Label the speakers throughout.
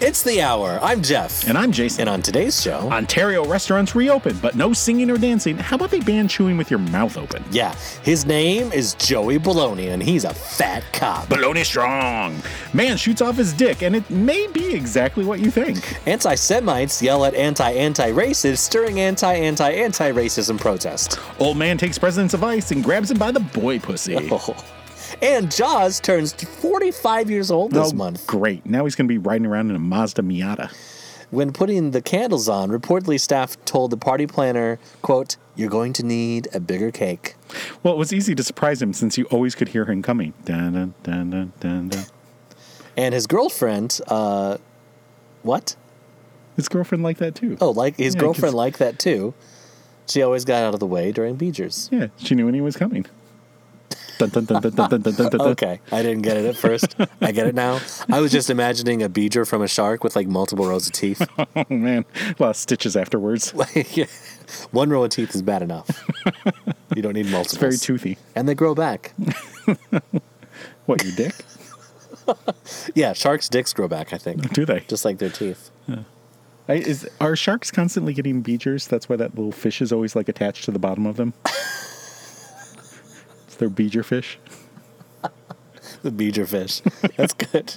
Speaker 1: It's the hour. I'm Jeff.
Speaker 2: And I'm Jason.
Speaker 1: And on today's show,
Speaker 2: Ontario restaurants reopen, but no singing or dancing. How about they ban chewing with your mouth open?
Speaker 1: yeah, his name is Joey Baloney, and he's a fat cop.
Speaker 2: Baloney strong. Man shoots off his dick, and it may be exactly what you think.
Speaker 1: Anti Semites yell at anti anti racists, stirring anti anti anti racism protests.
Speaker 2: Old man takes presidents of ice and grabs him by the boy pussy.
Speaker 1: Oh, And Jaws turns 45 years old this
Speaker 2: Oh,
Speaker 1: month.
Speaker 2: Great. Now he's going to be riding around in a Mazda Miata.
Speaker 1: When putting the candles on, reportedly staff told the party planner, quote, you're going to need a bigger cake.
Speaker 2: Well, it was easy to surprise him since you always could hear him coming. Dun, dun, dun, dun, dun, dun.
Speaker 1: And his girlfriend, uh, what?
Speaker 2: His girlfriend liked that too.
Speaker 1: Oh, like his
Speaker 2: Yeah, 'cause-
Speaker 1: girlfriend liked that too. She always got out of the way during Beegers.
Speaker 2: Yeah, she knew when he was coming. Dun, dun, dun, dun, dun, dun, dun, dun, dun.
Speaker 1: Okay, I didn't get it at first. I get it now. I was just imagining a beager from a shark with like multiple rows of teeth.
Speaker 2: Oh, man. A lot of stitches afterwards.
Speaker 1: Like, one row of teeth is bad enough. You don't need multiples.
Speaker 2: Very toothy.
Speaker 1: and they grow back.
Speaker 2: What, your dick?
Speaker 1: Yeah, sharks' dicks grow back. I think,
Speaker 2: Do they?
Speaker 1: just like their teeth.
Speaker 2: I, is, are sharks constantly getting beegers? That's why that little fish is always like attached to the bottom of them. it's their beeger fish.
Speaker 1: The beager fish. That's good.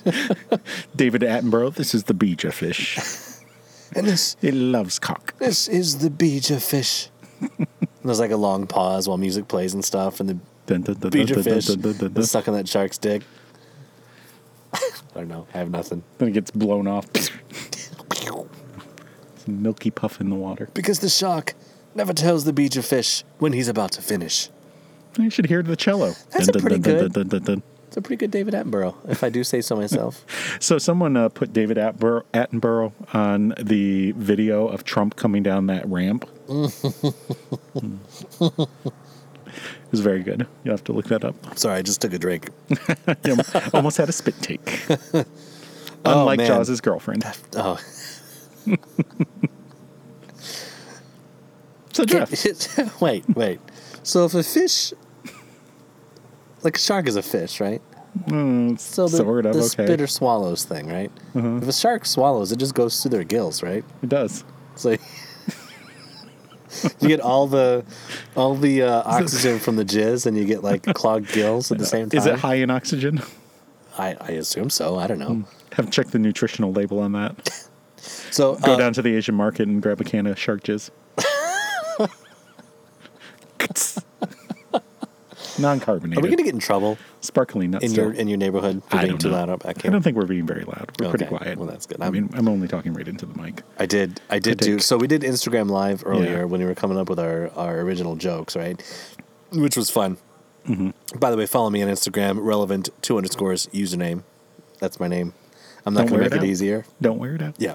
Speaker 2: David Attenborough, this is the beeger fish.
Speaker 1: and this
Speaker 2: It loves cock.
Speaker 1: this is the beager fish. And there's like a long pause while music plays and stuff, and the
Speaker 2: Dun, dun, dun, dun,
Speaker 1: beager
Speaker 2: dun, dun,
Speaker 1: fish
Speaker 2: dun, dun, dun, dun.
Speaker 1: is sucking that shark's dick. I don't know. I have nothing.
Speaker 2: Then it gets blown off. It's a milky puff in the water.
Speaker 1: Because the shark never tells the beager fish when he's about to finish.
Speaker 2: I should hear the cello.
Speaker 1: That's a
Speaker 2: Dun, dun,
Speaker 1: pretty
Speaker 2: dun, dun,
Speaker 1: good-
Speaker 2: dun, dun, dun.
Speaker 1: It's a pretty good David Attenborough, if I do say so myself.
Speaker 2: So someone uh, put David Attenborough, Attenborough on the video of Trump coming down that ramp. Mm. It was very good. You'll have to look that up.
Speaker 1: Sorry, I just took a drink.
Speaker 2: Yeah, Almost had a spit take. Unlike
Speaker 1: Oh, man.
Speaker 2: Jaws' girlfriend.
Speaker 1: Oh.
Speaker 2: So Jeff,
Speaker 1: wait, wait. So if a fish, like a shark is a fish, right?
Speaker 2: mm,
Speaker 1: So the,
Speaker 2: sort of
Speaker 1: the
Speaker 2: okay.
Speaker 1: spitter swallows thing, right? If a shark swallows, it just goes through their gills, right?
Speaker 2: It does.
Speaker 1: So you get all the all the uh, oxygen from the jizz, and you get like clogged gills at the same time.
Speaker 2: Uh, Is it high in oxygen?
Speaker 1: I, I assume so. I don't
Speaker 2: Hmm.
Speaker 1: know.
Speaker 2: Have checked the nutritional label on that.
Speaker 1: So
Speaker 2: Go
Speaker 1: uh,
Speaker 2: down to the Asian market and grab a can of shark jizz. Non-carbonated.
Speaker 1: are we going to get in trouble
Speaker 2: sparkling nuts?
Speaker 1: in
Speaker 2: still.
Speaker 1: your in your neighborhood for
Speaker 2: I
Speaker 1: being
Speaker 2: don't
Speaker 1: too
Speaker 2: know.
Speaker 1: loud? I
Speaker 2: I
Speaker 1: can't.
Speaker 2: don't think we're being very loud. We're pretty
Speaker 1: Okay.
Speaker 2: quiet.
Speaker 1: Well, that's good.
Speaker 2: i
Speaker 1: I'm-
Speaker 2: mean, I'm only talking right into the mic.
Speaker 1: I did. I did do.
Speaker 2: Critique.
Speaker 1: So we did Instagram Live earlier
Speaker 2: Yeah.
Speaker 1: when we were coming up with our, our original jokes, right? Which was fun.
Speaker 2: Mm-hmm.
Speaker 1: By the way, follow me on Instagram, relevant two underscores username. That's my name. I'm not going
Speaker 2: Don't
Speaker 1: to
Speaker 2: wear
Speaker 1: make
Speaker 2: it
Speaker 1: it
Speaker 2: out.
Speaker 1: easier.
Speaker 2: Don't wear it out.
Speaker 1: Yeah.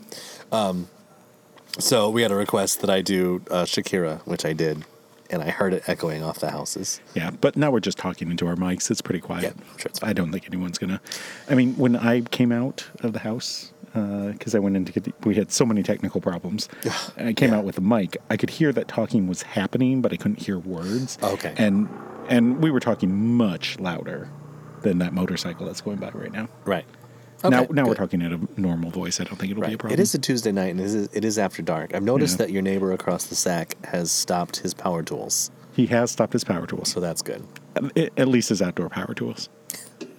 Speaker 1: Um, so we had a request that I do uh, Shakira, which I did, and I heard it echoing off the houses.
Speaker 2: Yeah, but now we're just talking into our mics. It's pretty quiet.
Speaker 1: Yeah, I'm sure it's fine.
Speaker 2: I don't think anyone's gonna. I mean, when I came out of the house, because I went in to get, the, we had so many technical problems. and I came out with the mic. I could hear that talking was happening, but I couldn't hear words.
Speaker 1: Okay.
Speaker 2: And and we were talking much louder than that motorcycle that's going by right now.
Speaker 1: Right.
Speaker 2: now
Speaker 1: Okay,
Speaker 2: now we're
Speaker 1: good.
Speaker 2: talking at a normal voice. I don't think it'll be a
Speaker 1: Right.
Speaker 2: problem.
Speaker 1: It is a Tuesday night and it is, it is after dark. I've noticed
Speaker 2: Yeah.
Speaker 1: that your neighbor across the sack has stopped his power tools,
Speaker 2: He has stopped his power tools.
Speaker 1: so that's good.
Speaker 2: At at least his outdoor power tools.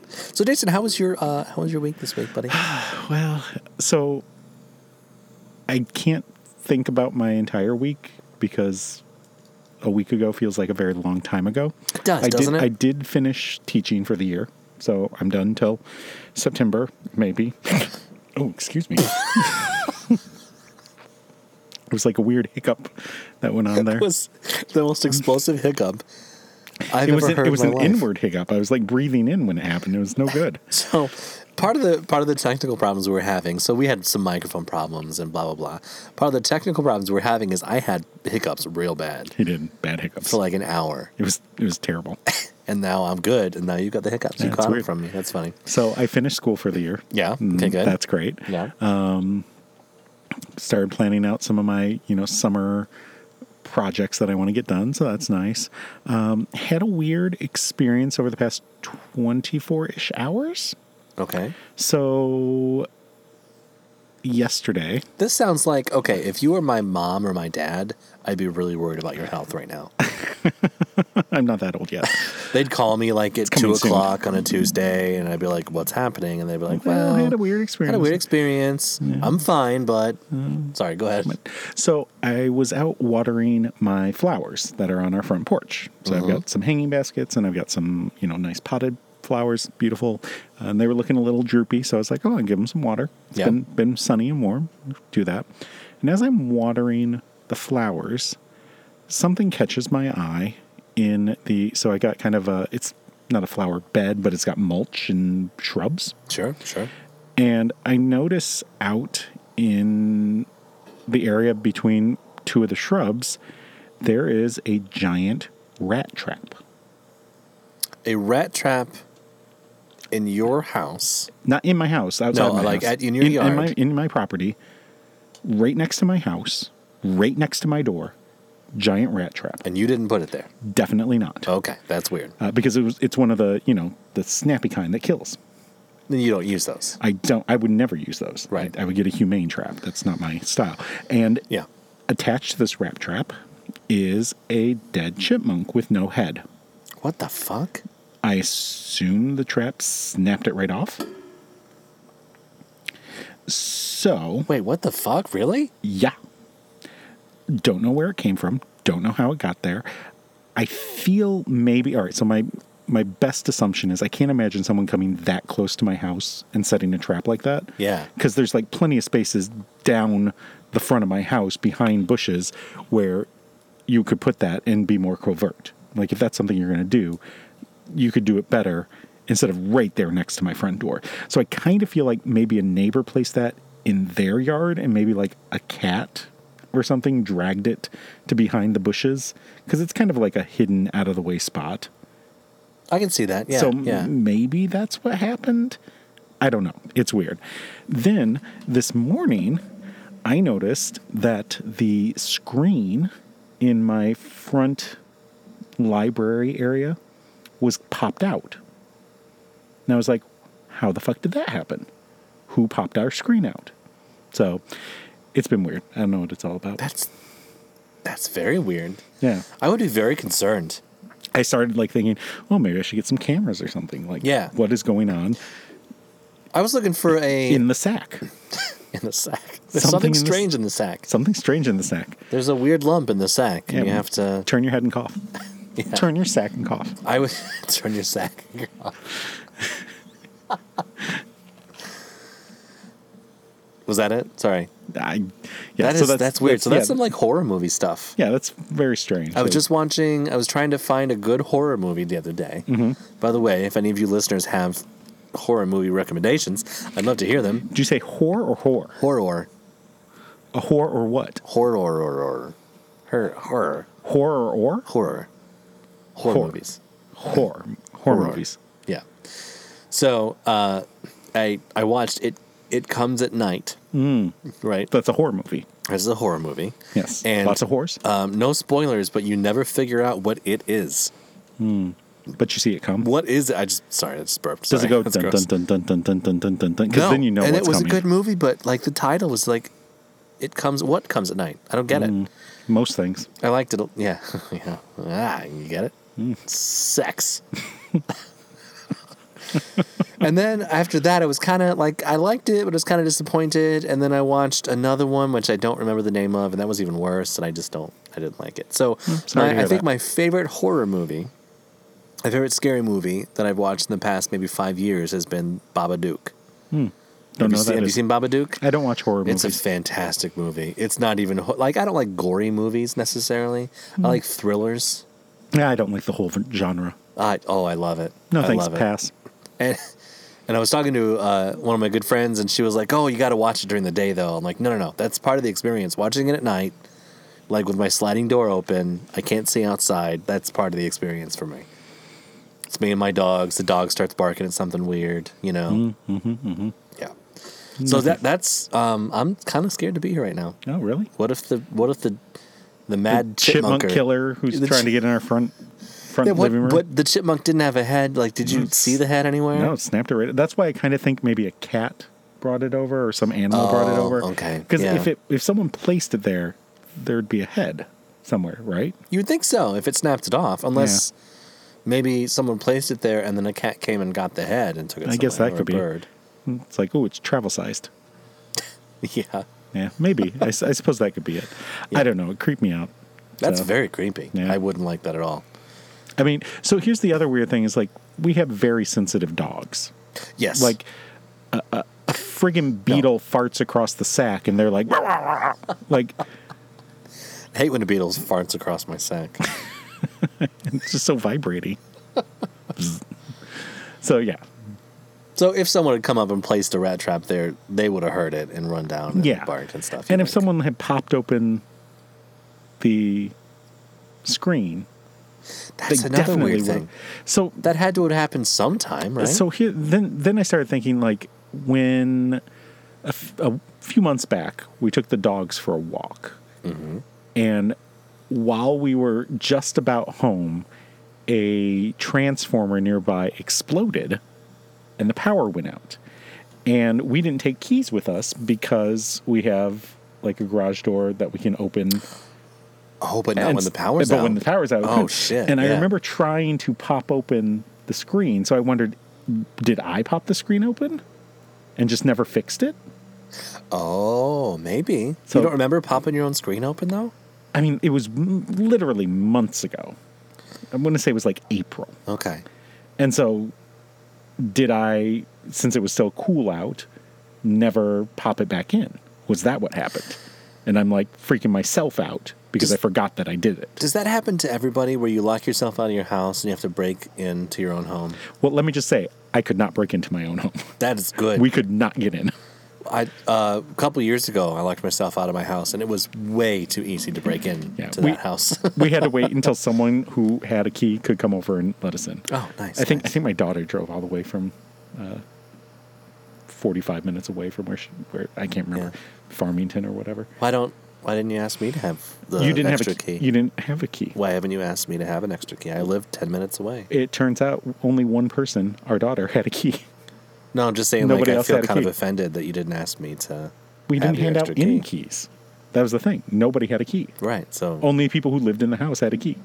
Speaker 1: So, Jason, how was your uh, how was your week this week, buddy?
Speaker 2: Well, so I can't think about my entire week because a week ago feels like a very long time ago.
Speaker 1: It does,
Speaker 2: I
Speaker 1: doesn't
Speaker 2: did,
Speaker 1: it?
Speaker 2: I did finish teaching for the year, so I'm done till September, maybe. oh, excuse me. it was like a weird hiccup that went on there.
Speaker 1: It was the most explosive hiccup I've
Speaker 2: it was,
Speaker 1: ever
Speaker 2: an,
Speaker 1: heard.
Speaker 2: it was
Speaker 1: in
Speaker 2: an
Speaker 1: my life.
Speaker 2: inward hiccup. I was like breathing in when it happened. It was no good.
Speaker 1: So part of the part of the technical problems we were having. So we had some microphone problems and blah blah blah. Part of the technical problems we were having is I had hiccups real bad
Speaker 2: He did bad hiccups.
Speaker 1: for like an hour,
Speaker 2: It was it was terrible.
Speaker 1: and now I'm good. And now you got the hiccups. You
Speaker 2: That's
Speaker 1: caught it
Speaker 2: weird.
Speaker 1: from me. That's funny.
Speaker 2: So I finished school for the year.
Speaker 1: Yeah,
Speaker 2: Mm,
Speaker 1: okay, good.
Speaker 2: That's Uh, great.
Speaker 1: Yeah.
Speaker 2: Started planning out some of my, you know, summer projects that I want to get done. So that's nice. Um, had a weird experience over the past 24 ish hours.
Speaker 1: okay.
Speaker 2: So yesterday.
Speaker 1: This sounds like okay. If you were my mom or my dad, I'd be really worried about your health right now.
Speaker 2: I'm not that old yet.
Speaker 1: They'd call me like at two
Speaker 2: coming soon.
Speaker 1: o'clock on a Tuesday, and I'd be like, "What's happening?" And they'd be like, "Well,
Speaker 2: Well, I had a
Speaker 1: Had
Speaker 2: weird
Speaker 1: a
Speaker 2: experience." Uh,
Speaker 1: weird experience. I'm fine, but sorry. Go ahead.
Speaker 2: So I was out watering my flowers that are on our front porch. So I've got some hanging baskets and I've got some, you know, nice potted flowers, beautiful. And they were looking a little droopy, so I was like, "Oh, I'll give them some water." It's
Speaker 1: Yeah.
Speaker 2: been been sunny and warm. Do that. And as I'm watering the flowers, something catches my eye in the so I got kind of a it's not a flower bed, but it's got mulch and shrubs
Speaker 1: Sure, sure.
Speaker 2: and I notice out in the area between two of the shrubs, there is a giant rat trap.
Speaker 1: A rat trap in your house.
Speaker 2: Not in my house, outside
Speaker 1: No,
Speaker 2: my
Speaker 1: like
Speaker 2: house.
Speaker 1: at- in your
Speaker 2: In
Speaker 1: yard.
Speaker 2: my, in my property, right next to my house, right next to my door, giant rat trap.
Speaker 1: And you didn't put it there.
Speaker 2: Definitely not.
Speaker 1: Okay, that's weird.
Speaker 2: Uh, because it was, it's one of the, you know, the snappy kind that kills.
Speaker 1: Then you don't use those.
Speaker 2: I don't, I would never use those.
Speaker 1: Right.
Speaker 2: I, I would get a humane trap. That's not my style. And
Speaker 1: Yeah.
Speaker 2: attached to this rat trap is a dead chipmunk with no head.
Speaker 1: What the fuck?
Speaker 2: I assume the trap snapped it right off. So,
Speaker 1: Wait, what the fuck? Really?
Speaker 2: yeah. Don't know where it came from. Don't know how it got there. I feel maybe all right, so my my best assumption is I can't imagine someone coming that close to my house and setting a trap like that.
Speaker 1: Yeah.
Speaker 2: Because there's like plenty of spaces down the front of my house behind bushes where you could put that and be more covert. Like if that's something you're going to do, you could do it better instead of right there next to my front door. So I kind of feel like maybe a neighbor placed that in their yard and maybe like a cat or something dragged it to behind the bushes because it's kind of like a hidden out of the way spot.
Speaker 1: I can see that. Yeah.
Speaker 2: so mm, m-
Speaker 1: yeah.
Speaker 2: maybe that's what happened. I don't know. It's weird. Then this morning, I noticed that the screen in my front library area was popped out. And I was like, how the fuck did that happen? Who popped our screen out? So it's been weird. I don't know what it's all about.
Speaker 1: That's that's very weird.
Speaker 2: yeah.
Speaker 1: I would be very concerned.
Speaker 2: I started like thinking, well, maybe I should get some cameras or something. Like,
Speaker 1: Yeah.
Speaker 2: what is going on
Speaker 1: I was looking for a
Speaker 2: in the sack?
Speaker 1: in the sack. There's
Speaker 2: Something
Speaker 1: something
Speaker 2: in this-
Speaker 1: strange in the sack.
Speaker 2: Something strange in the sack.
Speaker 1: There's a weird lump in the sack, and
Speaker 2: Yeah.
Speaker 1: you have to.
Speaker 2: Turn your head and cough. Turn your sack and cough.
Speaker 1: I would turn your sack. off. was that it? Sorry.
Speaker 2: I, yeah,
Speaker 1: That is
Speaker 2: so
Speaker 1: that's, weird. so that's
Speaker 2: yeah,
Speaker 1: some like horror movie stuff.
Speaker 2: yeah, that's very strange.
Speaker 1: I was
Speaker 2: So-
Speaker 1: just watching. I was trying to find a good horror movie the other day.
Speaker 2: Mm-hmm.
Speaker 1: By the way, if any of you listeners have horror movie recommendations, I'd love to hear them.
Speaker 2: Did you say whore or whore?
Speaker 1: Horror,
Speaker 2: A whore or what?
Speaker 1: horror, horror, horror, horror,
Speaker 2: Horror or
Speaker 1: horror, horror
Speaker 2: Horror.
Speaker 1: movies.
Speaker 2: whore? Horror
Speaker 1: Horror.
Speaker 2: movies.
Speaker 1: Yeah. So uh, I I watched it. It comes at night. Right.
Speaker 2: That's a horror movie.
Speaker 1: This is a horror movie.
Speaker 2: Mm. Yes.
Speaker 1: And
Speaker 2: Lots of whores,
Speaker 1: Um, no spoilers, but you never figure out what it is.
Speaker 2: but you see it come.
Speaker 1: What is it? I just sorry, I just burped.
Speaker 2: Does it
Speaker 1: um, Sorry.
Speaker 2: go
Speaker 1: That's
Speaker 2: dun
Speaker 1: gross.
Speaker 2: dun, dun dun dun dun dun dun dun? Because then you know
Speaker 1: and
Speaker 2: what's
Speaker 1: it was
Speaker 2: coming.
Speaker 1: a good movie, but like the title was like, it comes what comes at night. I don't get
Speaker 2: Mm.
Speaker 1: it.
Speaker 2: Most things.
Speaker 1: I liked it. a- Yeah, yeah. Ah, you get it.
Speaker 2: Hmm.
Speaker 1: Sex. and then after that, I was kind of like I liked it, but I was kind of disappointed. And then I watched another one, which I don't remember the name of, and that was even worse. And I just don't, I didn't like it. So
Speaker 2: Hmm, sorry
Speaker 1: my,
Speaker 2: to
Speaker 1: I
Speaker 2: hear
Speaker 1: think
Speaker 2: that.
Speaker 1: my favorite horror movie, my favorite scary movie that I've watched in the past maybe five years has been Babadook.
Speaker 2: Don't
Speaker 1: have you,
Speaker 2: know
Speaker 1: seen,
Speaker 2: what that
Speaker 1: have you
Speaker 2: is.
Speaker 1: seen Babadook?
Speaker 2: I don't watch horror
Speaker 1: It's
Speaker 2: movies.
Speaker 1: a fantastic movie. It's not even ho- like I don't like gory movies necessarily. I like thrillers.
Speaker 2: Yeah, I don't like the whole v- genre.
Speaker 1: I, oh, I love it.
Speaker 2: No
Speaker 1: I
Speaker 2: thanks.
Speaker 1: love it.
Speaker 2: Pass.
Speaker 1: And, and I was talking to uh, one of my good friends, and she was like, "Oh, you got to watch it during the day, though." I'm like, "No, no, no. That's part of the experience. Watching it at night, like with my sliding door open, I can't see outside. That's part of the experience for me. It's me and my dogs. The dog starts barking at something weird, you know. Mm-hmm, Yeah. So that that's um, I'm kind of scared to be here right now.
Speaker 2: Oh, really?
Speaker 1: What if the what if the the mad
Speaker 2: Chipmunk
Speaker 1: chipmunker-
Speaker 2: killer who's
Speaker 1: The
Speaker 2: trying
Speaker 1: chi-
Speaker 2: to get in our front front
Speaker 1: Yeah, what,
Speaker 2: living room.
Speaker 1: but the chipmunk didn't have a head. Like, did you see the head anywhere?
Speaker 2: No, it snapped it right. That's why I kind of think maybe a cat brought it over or some animal brought it
Speaker 1: Oh,
Speaker 2: over.
Speaker 1: okay.
Speaker 2: Because
Speaker 1: Yeah.
Speaker 2: if it if someone placed it there, there'd be a head somewhere, right?
Speaker 1: You would think so if it snapped it off, unless maybe someone placed it there and then a cat came and got the head and took it.
Speaker 2: I guess
Speaker 1: somewhere,
Speaker 2: that
Speaker 1: or a
Speaker 2: could be.
Speaker 1: bird.
Speaker 2: It's like, oh, it's travel sized.
Speaker 1: Yeah,
Speaker 2: Yeah, maybe. I, s- I suppose that could be it. I don't know. It creeped me out.
Speaker 1: that's
Speaker 2: So,
Speaker 1: very creepy.
Speaker 2: Yeah.
Speaker 1: I wouldn't like that at all.
Speaker 2: I mean, so here's the other weird thing: is like we have very sensitive dogs.
Speaker 1: Yes,
Speaker 2: Like a, a, a friggin' beetle farts across the sack, and they're like, "Wah, wah, wah." like
Speaker 1: I hate when the Beatles farts across my sack.
Speaker 2: it's just so vibrating. so yeah,
Speaker 1: so if someone had come up and placed a rat trap there, they would have heard it and run down and
Speaker 2: yeah,
Speaker 1: barked and stuff. you
Speaker 2: And if
Speaker 1: think.
Speaker 2: someone had popped open the screen,
Speaker 1: that's
Speaker 2: they
Speaker 1: another
Speaker 2: definitely
Speaker 1: weird
Speaker 2: would.
Speaker 1: thing.
Speaker 2: So
Speaker 1: That had to have happened sometime, right?
Speaker 2: So here, then, then I started thinking like when a, f- a few months back we took the dogs for a walk, and while we were just about home, a transformer nearby exploded, and the power went out. And we didn't take keys with us because we have like a garage door that we can open
Speaker 1: oh, but not
Speaker 2: and
Speaker 1: when the
Speaker 2: s-
Speaker 1: power's
Speaker 2: but
Speaker 1: out.
Speaker 2: when the power's out.
Speaker 1: Oh shit!
Speaker 2: And I
Speaker 1: yeah.
Speaker 2: remember trying to pop open the screen, so I wondered, did I pop the screen open, and just never fixed it?
Speaker 1: Oh, maybe.
Speaker 2: So-
Speaker 1: you don't remember popping your own screen open though?
Speaker 2: I mean, it was m- literally months ago. I'm going to say it was like April,
Speaker 1: Okay.
Speaker 2: and so did I, since it was still cool out, never pop it back in. Was that what happened? And I'm like freaking myself out because I forgot that I did it.
Speaker 1: Does that happen to everybody where you lock yourself out of your house and you have to break into your own home?
Speaker 2: Well, let me just say, I could not break into my own home.
Speaker 1: That is good.
Speaker 2: We could not get in.
Speaker 1: I uh, a couple years ago, I locked myself out of my house, and it was way too easy to break in
Speaker 2: Yeah,
Speaker 1: to
Speaker 2: we-
Speaker 1: that house.
Speaker 2: we had to wait until someone who had a key could come over and let us in.
Speaker 1: oh, nice.
Speaker 2: I think I
Speaker 1: nice.
Speaker 2: think my daughter drove all the way from uh, 45 minutes away from where she, where I can't remember Farmington or whatever.
Speaker 1: Why don't Why didn't you ask me to have the
Speaker 2: you didn't have a
Speaker 1: extra
Speaker 2: key.
Speaker 1: key?
Speaker 2: You didn't have a key.
Speaker 1: Why haven't you asked me to have an extra key? I live ten minutes away.
Speaker 2: It turns out only one person, our daughter, had a key.
Speaker 1: No, I'm just saying. Like,
Speaker 2: Nobody
Speaker 1: I
Speaker 2: else
Speaker 1: feel
Speaker 2: had a
Speaker 1: kind of
Speaker 2: key.
Speaker 1: offended that you didn't ask me to.
Speaker 2: We
Speaker 1: have
Speaker 2: didn't
Speaker 1: your
Speaker 2: hand out
Speaker 1: extra
Speaker 2: any
Speaker 1: key.
Speaker 2: keys. That was the thing. Nobody had a key.
Speaker 1: Right. So,
Speaker 2: Only people who lived in the house had a key.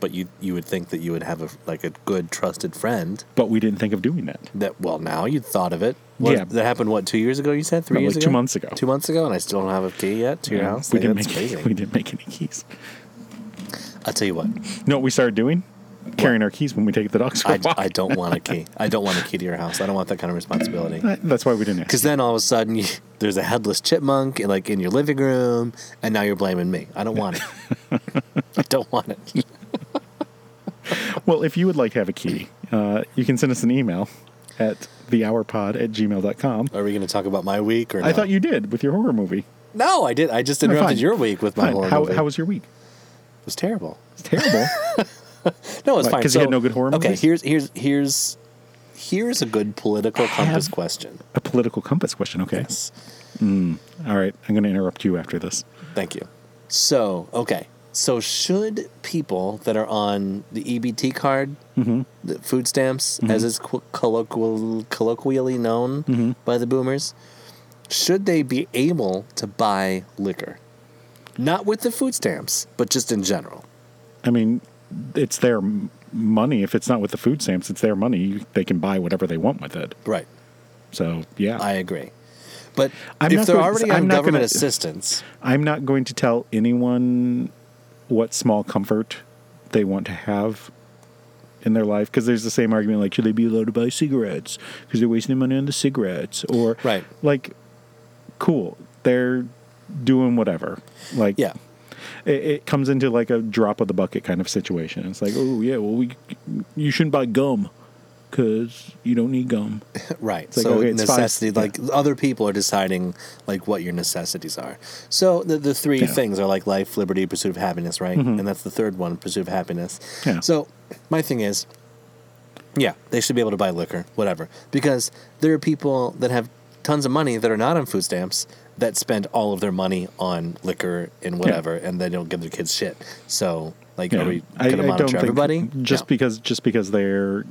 Speaker 1: but you you would think that you would have a like a good trusted friend.
Speaker 2: But we didn't think of doing that.
Speaker 1: That well, now you thought of it. What-
Speaker 2: Yeah.
Speaker 1: That happened what two years ago? You said three
Speaker 2: No,
Speaker 1: years
Speaker 2: like
Speaker 1: ago.
Speaker 2: two months ago.
Speaker 1: Two months ago, and I still don't have a key yet to your
Speaker 2: Yeah,
Speaker 1: house.
Speaker 2: we
Speaker 1: Like,
Speaker 2: didn't
Speaker 1: that's
Speaker 2: make any,
Speaker 1: crazy.
Speaker 2: we didn't make any keys.
Speaker 1: I'll tell you what.
Speaker 2: No, what we started doing carrying our keys when we take the dogs for a
Speaker 1: I,
Speaker 2: walk.
Speaker 1: I don't want a key. I don't want a key to your house. I don't want that kind of responsibility.
Speaker 2: Uh, That's why we didn't ask.
Speaker 1: Because then all of a sudden, you, there's a headless chipmunk like in your living room, and now you're blaming me. I don't want it. I don't want it.
Speaker 2: Well, if you would like to have a key, uh, you can send us an email at thehourpod at gmail.com.
Speaker 1: Are we going to talk about my week or? No?
Speaker 2: I thought you did with your horror movie.
Speaker 1: No, I did. I just
Speaker 2: No,
Speaker 1: interrupted
Speaker 2: fine.
Speaker 1: your week with my
Speaker 2: Fine.
Speaker 1: horror
Speaker 2: how,
Speaker 1: movie.
Speaker 2: how was your week?
Speaker 1: it was terrible.
Speaker 2: It's terrible.
Speaker 1: No, it's
Speaker 2: What,
Speaker 1: fine.
Speaker 2: 'cause you had no good horror
Speaker 1: Okay,
Speaker 2: movies?
Speaker 1: here's here's here's here's a good political compass
Speaker 2: Have-
Speaker 1: question.
Speaker 2: a political compass question. Okay.
Speaker 1: Yes.
Speaker 2: All right. I'm going to interrupt you after this.
Speaker 1: Thank you. So, okay. So, should people that are on the EBT card,
Speaker 2: Mm-hmm.
Speaker 1: the food stamps, as is qu- colloquial, colloquially known
Speaker 2: Mm-hmm.
Speaker 1: by the boomers, should they be able to buy liquor? Not with the food stamps, but just in general.
Speaker 2: I mean, it's their m- money. If it's not with the food stamps, it's their money. You- They can buy whatever they want with it.
Speaker 1: Right.
Speaker 2: So, yeah.
Speaker 1: I agree. But
Speaker 2: I'm
Speaker 1: if
Speaker 2: not
Speaker 1: they're
Speaker 2: gonna-
Speaker 1: already
Speaker 2: I'm
Speaker 1: on
Speaker 2: not
Speaker 1: government
Speaker 2: gonna-
Speaker 1: assistance,
Speaker 2: I'm not going to tell anyone what small comfort they want to have in their life because there's the same argument like should they be allowed to buy cigarettes because they're wasting money on the cigarettes or
Speaker 1: Right.
Speaker 2: like cool they're doing whatever like
Speaker 1: yeah.
Speaker 2: it, it comes into like a drop of the bucket kind of situation it's like oh yeah well we you shouldn't buy gum because you don't need gum
Speaker 1: Right.
Speaker 2: like,
Speaker 1: so
Speaker 2: okay, it's five-
Speaker 1: necessity,
Speaker 2: yeah.
Speaker 1: like other people are deciding like what your necessities are. So the, the three
Speaker 2: Yeah. Mm-hmm.
Speaker 1: things are like life, liberty, pursuit of happiness, right? And that's the third one, pursuit of happiness.
Speaker 2: Yeah.
Speaker 1: So my thing is, yeah, they should be able to buy liquor, whatever, because there are people that have tons of money that are not on food stamps that spend all of their money on liquor and whatever, and they don't give their kids shit. So like,
Speaker 2: Yeah.
Speaker 1: are we
Speaker 2: I-
Speaker 1: going to
Speaker 2: I don't
Speaker 1: monitor
Speaker 2: think-
Speaker 1: everybody?
Speaker 2: Just
Speaker 1: No.
Speaker 2: because just because they're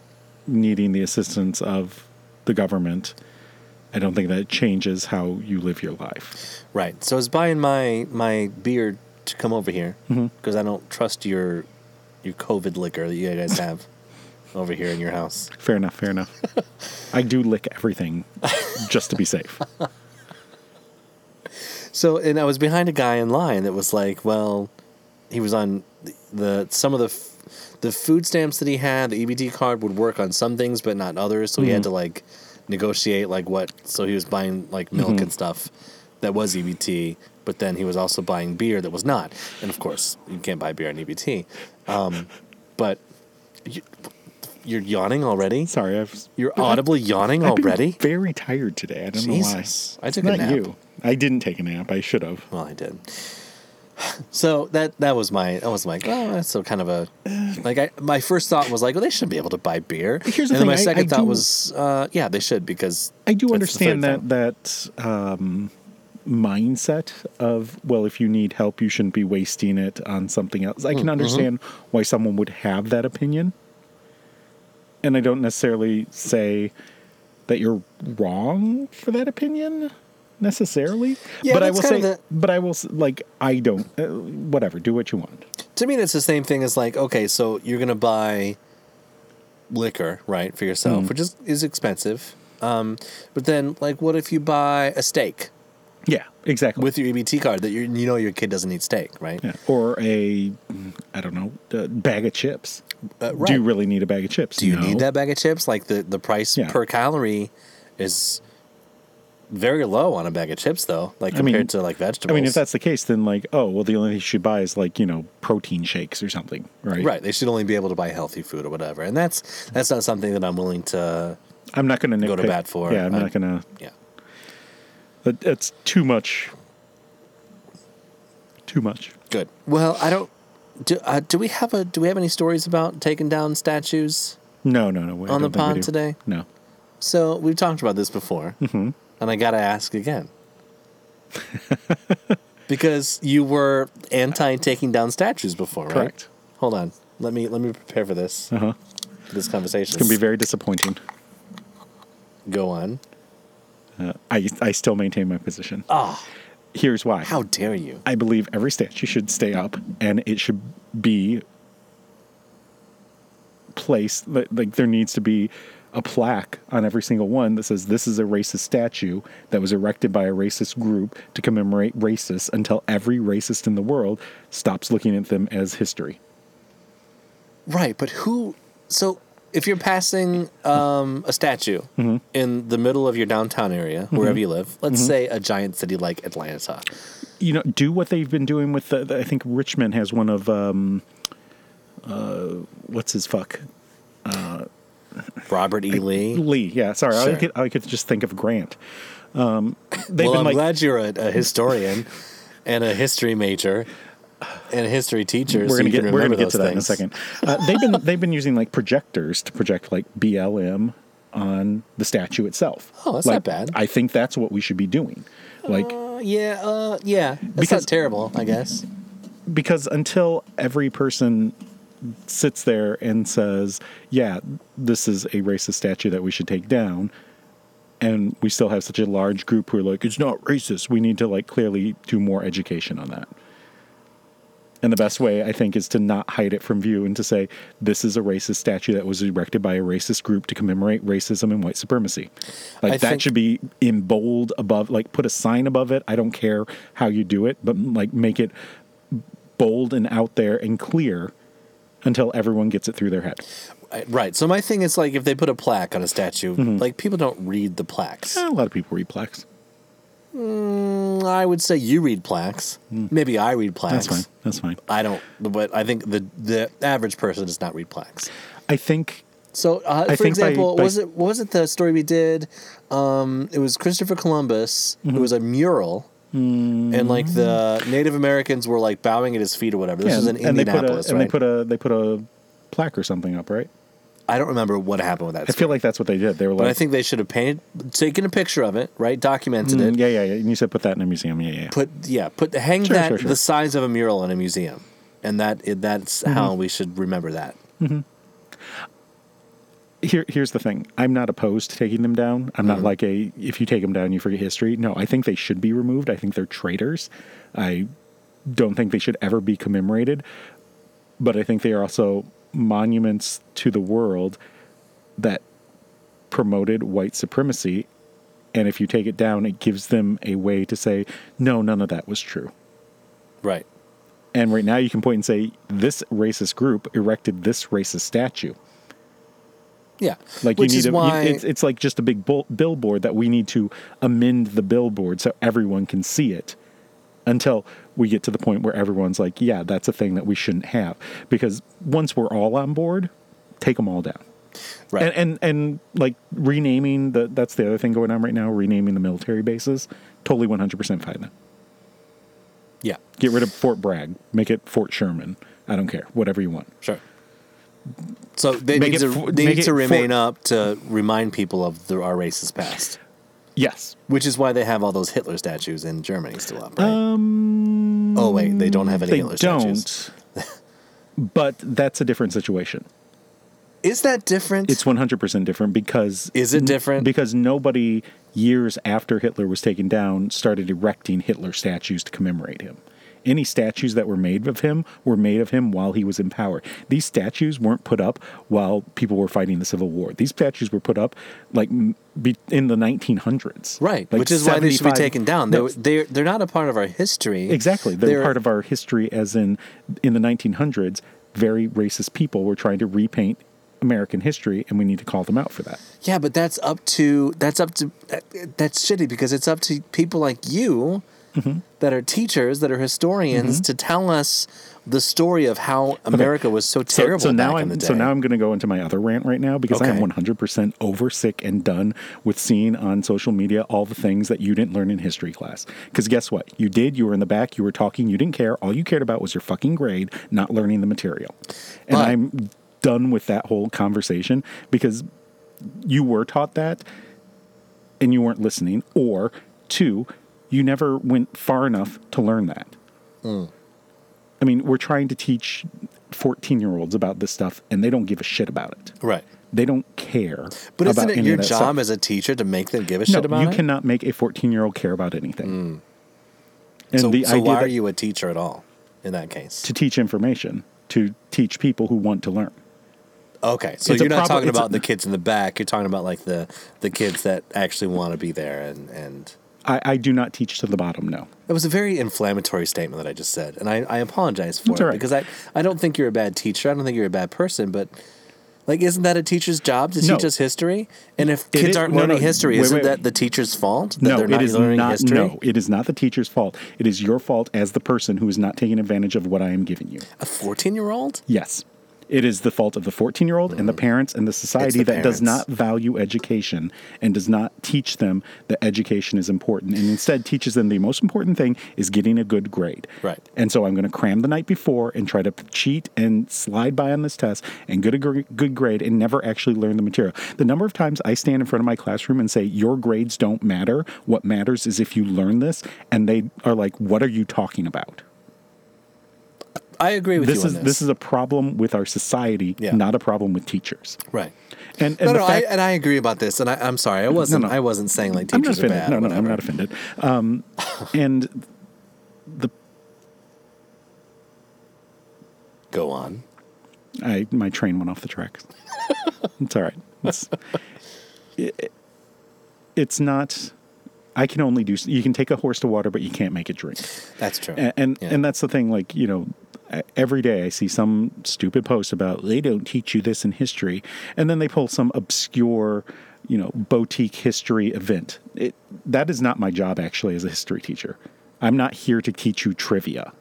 Speaker 2: needing the assistance of the government I don't think that changes how you live your life.
Speaker 1: Right. So I was buying my my beer to come over here because I don't trust your your COVID liquor that you guys have over here in your house.
Speaker 2: Fair enough. Fair enough. I do lick everything just to be safe.
Speaker 1: So and I was behind a guy in line that was like, well, he was on the, the some of the f- the food stamps that he had, the EBT card would work on some things but not others, so he
Speaker 2: Mm.
Speaker 1: had to like negotiate like what so he was buying like milk
Speaker 2: Mm-hmm.
Speaker 1: and stuff that was EBT, but then he was also buying beer that was not. And of course, you can't buy beer on EBT. Um, but you, you're yawning already?
Speaker 2: Sorry, I've
Speaker 1: You're audibly yawning
Speaker 2: I've been
Speaker 1: already?
Speaker 2: very tired today. I don't
Speaker 1: Jesus.
Speaker 2: know why.
Speaker 1: I took a
Speaker 2: Not
Speaker 1: nap.
Speaker 2: you. I didn't take a nap. I should have.
Speaker 1: Well, I did. So that that was my that was my oh that's so kind of a like I my first thought was like well they should be able to buy beer
Speaker 2: Here's the
Speaker 1: and then
Speaker 2: thing,
Speaker 1: my
Speaker 2: I-
Speaker 1: second
Speaker 2: I
Speaker 1: thought
Speaker 2: do-
Speaker 1: was uh, yeah they should because
Speaker 2: I do
Speaker 1: that's the
Speaker 2: understand
Speaker 1: third
Speaker 2: that
Speaker 1: thing.
Speaker 2: that um, mindset of well, if you need help, you shouldn't be wasting it on something else. I
Speaker 1: Mm-hmm.
Speaker 2: can understand why someone would have that opinion, and I don't necessarily say that you're wrong for that opinion necessarily.
Speaker 1: Yeah,
Speaker 2: but I
Speaker 1: that's
Speaker 2: will say,
Speaker 1: kind of the-
Speaker 2: but I will s- like I don't. Uh, whatever, do what you want.
Speaker 1: to me that's the same thing as like okay so you're gonna buy liquor right for yourself
Speaker 2: Mm.
Speaker 1: which is is expensive um, but then like what if you buy a steak
Speaker 2: Yeah, exactly.
Speaker 1: with your EBT card that you you know your kid doesn't eat steak right
Speaker 2: Yeah. Or a, I don't know, a bag of chips.
Speaker 1: Uh,
Speaker 2: Do
Speaker 1: right.
Speaker 2: you really need a bag of chips?
Speaker 1: Do you need that bag of chips? Like the, the price
Speaker 2: Yeah.
Speaker 1: per calorie is very low on a bag of chips, though. Like
Speaker 2: mean-
Speaker 1: compared to like
Speaker 2: I
Speaker 1: vegetables.
Speaker 2: mean, if that's the case, then like, oh, well, the only thing you should buy is like, you know, protein shakes or something, right?
Speaker 1: right, they should only be able to buy healthy food or whatever, and that's that's not something that I'm willing to.
Speaker 2: I'm not going to
Speaker 1: Go to bat for,
Speaker 2: Yeah, I'm
Speaker 1: uh,
Speaker 2: not going
Speaker 1: Yeah,
Speaker 2: to. That's too much. Too much.
Speaker 1: good. Well, I don't. Do, uh, do we have a do we have any stories about taking down statues?
Speaker 2: No, no, no. I
Speaker 1: On the
Speaker 2: don't think we
Speaker 1: pond
Speaker 2: do.
Speaker 1: today?
Speaker 2: No.
Speaker 1: So we've talked about this before, mm-hmm. and I gotta ask again because you were anti taking down statues before, right?
Speaker 2: Correct.
Speaker 1: Hold on, let me let me prepare for this
Speaker 2: Uh huh.
Speaker 1: for this conversation.
Speaker 2: It's going to be very disappointing.
Speaker 1: Go on.
Speaker 2: Uh, I I still maintain my position.
Speaker 1: Ah,
Speaker 2: Here's why.
Speaker 1: how dare you?
Speaker 2: I believe every statue should stay up and it should be placed like like there needs to be a plaque on every single one that says this is a racist statue that was erected by a racist group to commemorate racists until every racist in the world stops looking at them as history.
Speaker 1: Right, but who? So if you're passing um, a statue
Speaker 2: Mm-hmm.
Speaker 1: in the middle of your downtown area, wherever you live, let's say a giant city like Atlanta.
Speaker 2: You know, do what they've been doing with the, the- I think Richmond has one of um uh what's his fuck?
Speaker 1: Robert E. Lee.
Speaker 2: Lee. Yeah, sorry. I
Speaker 1: Sure.
Speaker 2: could I could just think of Grant. Um they've
Speaker 1: Well,
Speaker 2: been
Speaker 1: I'm
Speaker 2: like
Speaker 1: glad you're a, a historian and a history major and a history teacher. so
Speaker 2: we're gonna
Speaker 1: you can
Speaker 2: get we're gonna
Speaker 1: remember
Speaker 2: get to
Speaker 1: those
Speaker 2: that in a
Speaker 1: things.
Speaker 2: second. Uh, they've been they've been using like projectors to project like BLM on the statue itself.
Speaker 1: Oh, that's not
Speaker 2: like,
Speaker 1: bad.
Speaker 2: I think that's what we should be doing, like
Speaker 1: Uh, yeah, uh, yeah. That's
Speaker 2: Because-
Speaker 1: not terrible, I guess.
Speaker 2: because until every person sits there and says, "Yeah, this is a racist statue that we should take down." And we still have such a large group who are like, it's not racist. We need to like clearly do more education on that. And the best way, I think, is to not hide it from view and to say, this is a racist statue that was erected by a racist group to commemorate racism and white supremacy. Like,
Speaker 1: I
Speaker 2: that
Speaker 1: think-
Speaker 2: should be in bold above, like, put a sign above it. I don't care how you do it, but like, make it bold and out there and clear until everyone gets it through their head.
Speaker 1: I- Right. So my thing is like if they put a plaque on a statue,
Speaker 2: Mm-hmm.
Speaker 1: like people don't read the plaques.
Speaker 2: Eh, a lot of people read plaques.
Speaker 1: Mm, I would say you read plaques. Maybe I read plaques.
Speaker 2: Mm. That's fine. That's fine.
Speaker 1: I don't, but I think the the average person does not read plaques.
Speaker 2: I think
Speaker 1: So, uh, for
Speaker 2: think by-
Speaker 1: example,
Speaker 2: by-
Speaker 1: was it what was it the story we did? Um, it was Christopher Columbus.
Speaker 2: Mm-hmm.
Speaker 1: It was a mural, and like the Native Americans were like bowing at his feet or whatever. This
Speaker 2: yeah,
Speaker 1: was in
Speaker 2: and they put a,
Speaker 1: Indianapolis,
Speaker 2: and
Speaker 1: right?
Speaker 2: they put a they put a plaque or something up, right?
Speaker 1: I don't remember what happened with that.
Speaker 2: I
Speaker 1: story,
Speaker 2: feel like that's what they did. They were
Speaker 1: but
Speaker 2: like,
Speaker 1: I think they should have painted, taken a picture of it, right? Documented it.
Speaker 2: Mm, yeah, yeah, yeah. And you said put that in a museum. Yeah, yeah. yeah.
Speaker 1: Put yeah, put hang
Speaker 2: Sure,
Speaker 1: that
Speaker 2: sure, sure.
Speaker 1: the size of a mural in a museum,
Speaker 2: Mm-hmm.
Speaker 1: and that that's how we should remember that.
Speaker 2: here here's the thing. I'm not opposed to taking them down. I'm not like a if you take them down you forget history. No, I think they should be removed. I think they're traitors. I don't think they should ever be commemorated. But I think they are also monuments to the world that promoted white supremacy. And if you take it down, it gives them a way to say, no, none of that was true.
Speaker 1: Right.
Speaker 2: And right now you can point and say, this racist group erected this racist statue.
Speaker 1: Yeah.
Speaker 2: Like
Speaker 1: Which
Speaker 2: you need
Speaker 1: is
Speaker 2: a, you-
Speaker 1: why
Speaker 2: it's, it's like just a big bull, billboard that we need to amend the billboard so everyone can see it until we get to the point where everyone's like, yeah, that's a thing that we shouldn't have because once we're all on board, take them all down.
Speaker 1: right.
Speaker 2: And, and and like renaming the that's the other thing going on right now, renaming the military bases, totally 100% fine. then.
Speaker 1: yeah.
Speaker 2: Get rid of Fort Bragg, make it Fort Sherman. I don't care, whatever you want.
Speaker 1: Sure. So they
Speaker 2: Make
Speaker 1: need
Speaker 2: it
Speaker 1: to,
Speaker 2: fo-
Speaker 1: they
Speaker 2: make
Speaker 1: need
Speaker 2: it
Speaker 1: to
Speaker 2: for-
Speaker 1: remain up to remind people of the, our racist past,
Speaker 2: Yes.
Speaker 1: which is why they have all those Hitler statues in Germany still up, right? oh wait, they don't have any
Speaker 2: Um, They
Speaker 1: Hitler statues.
Speaker 2: don't. but that's a different situation.
Speaker 1: Is that different?
Speaker 2: It's 100% different because
Speaker 1: Is it different?
Speaker 2: because nobody years after Hitler was taken down started erecting Hitler statues to commemorate him. Any statues that were made of him were made of him while he was in power. These statues weren't put up while people were fighting the Civil War. These statues were put up like m- be- in the 1900s.
Speaker 1: right,
Speaker 2: Like
Speaker 1: which is why they should be
Speaker 2: 75
Speaker 1: taken down.
Speaker 2: No,
Speaker 1: They they they're not a part of our history.
Speaker 2: Exactly. They're, part of our history as in in the 1900s, very racist people were trying to repaint American history and we need to call them out for that.
Speaker 1: Yeah, but that's up to that's up to that- that's shitty because it's up to people like you
Speaker 2: Mm-hmm.
Speaker 1: that are teachers that are historians to tell us the story of how America was so
Speaker 2: So-
Speaker 1: terrible
Speaker 2: So, now
Speaker 1: back
Speaker 2: I'm
Speaker 1: in the day.
Speaker 2: so now I'm going to go into my other rant right now because I am
Speaker 1: Okay.
Speaker 2: 100% over sick and done with seeing on social media all the things that you didn't learn in history class. Because guess what? You did. You were in the back. You were talking. You didn't care. All you cared about was your fucking grade, not learning the material. And
Speaker 1: But-
Speaker 2: I'm done with that whole conversation because you were taught that and you weren't listening, or two, you never went far enough to learn that.
Speaker 1: Mm.
Speaker 2: I mean, we're trying to teach 14 year olds about this stuff and they don't give a shit about it.
Speaker 1: right.
Speaker 2: They don't care.
Speaker 1: But
Speaker 2: about
Speaker 1: isn't it
Speaker 2: any of
Speaker 1: your
Speaker 2: that
Speaker 1: job
Speaker 2: stuff.
Speaker 1: as a teacher to make them give a
Speaker 2: No,
Speaker 1: shit about
Speaker 2: you
Speaker 1: it? Mm.
Speaker 2: cannot make a 14 year old care about anything. And
Speaker 1: so
Speaker 2: the
Speaker 1: so
Speaker 2: idea
Speaker 1: why are
Speaker 2: that-
Speaker 1: you a teacher at all in that case?
Speaker 2: to teach information, to teach people who want to learn.
Speaker 1: Okay, so
Speaker 2: It's a
Speaker 1: you're not
Speaker 2: problem-
Speaker 1: talking
Speaker 2: it's a-
Speaker 1: about the kids in the back. You're talking about like the the kids that actually want to be there and and.
Speaker 2: I, I do not teach to the bottom, no.
Speaker 1: That was a very inflammatory statement that I just said, and I, I apologize for
Speaker 2: It's
Speaker 1: it
Speaker 2: all right.
Speaker 1: because I, I don't think you're a bad teacher. I don't think you're a bad person, but like, isn't that a teacher's job to
Speaker 2: No.
Speaker 1: teach us history? And if
Speaker 2: It
Speaker 1: kids
Speaker 2: is-
Speaker 1: aren't
Speaker 2: no, no,
Speaker 1: learning history,
Speaker 2: wait,
Speaker 1: isn't
Speaker 2: wait,
Speaker 1: that
Speaker 2: wait.
Speaker 1: the teacher's fault that
Speaker 2: No,
Speaker 1: they're not
Speaker 2: it is
Speaker 1: learning
Speaker 2: not.
Speaker 1: history?
Speaker 2: No, it is not the teacher's fault. It is your fault as the person who is not taking advantage of what I am giving you.
Speaker 1: A fourteen-year-old?
Speaker 2: Yes. It is the fault of the 14 year old and the parents and the society
Speaker 1: Mm-hmm. the
Speaker 2: that does
Speaker 1: parents.
Speaker 2: not value education and does not teach them that education is important and instead teaches them the most important thing is getting a good grade.
Speaker 1: Right.
Speaker 2: And so I'm going to cram the night before and try to cheat and slide by on this test and get a gr- good grade and never actually learn the material. The number of times I stand in front of my classroom and say, Your grades don't matter. What matters is if you learn this. And they are like, What are you talking about?
Speaker 1: I agree with
Speaker 2: this
Speaker 1: you on
Speaker 2: is
Speaker 1: this.
Speaker 2: this is a problem with our society,
Speaker 1: Yeah.
Speaker 2: not a problem with teachers.
Speaker 1: right.
Speaker 2: And, and
Speaker 1: No,
Speaker 2: the
Speaker 1: no,
Speaker 2: fact,
Speaker 1: I, and I agree about this, and I, I'm sorry, I wasn't.
Speaker 2: no.
Speaker 1: I wasn't saying like
Speaker 2: am not
Speaker 1: teachers are
Speaker 2: offended.
Speaker 1: bad.
Speaker 2: No,
Speaker 1: or
Speaker 2: no, I'm
Speaker 1: whatever.
Speaker 2: not offended. Um, and the
Speaker 1: Go on.
Speaker 2: I my train went off the tracks. it's all right. It's, it- it's not. I can only do. You can take a horse to water, but you can't make it drink.
Speaker 1: That's true.
Speaker 2: and and,
Speaker 1: Yeah.
Speaker 2: and that's the thing like you know e, every day i see some stupid post about they don't teach you this in history and then they pull some obscure you know boutique history event it, that is not my job actually as a history teacher i'm not here to teach you trivia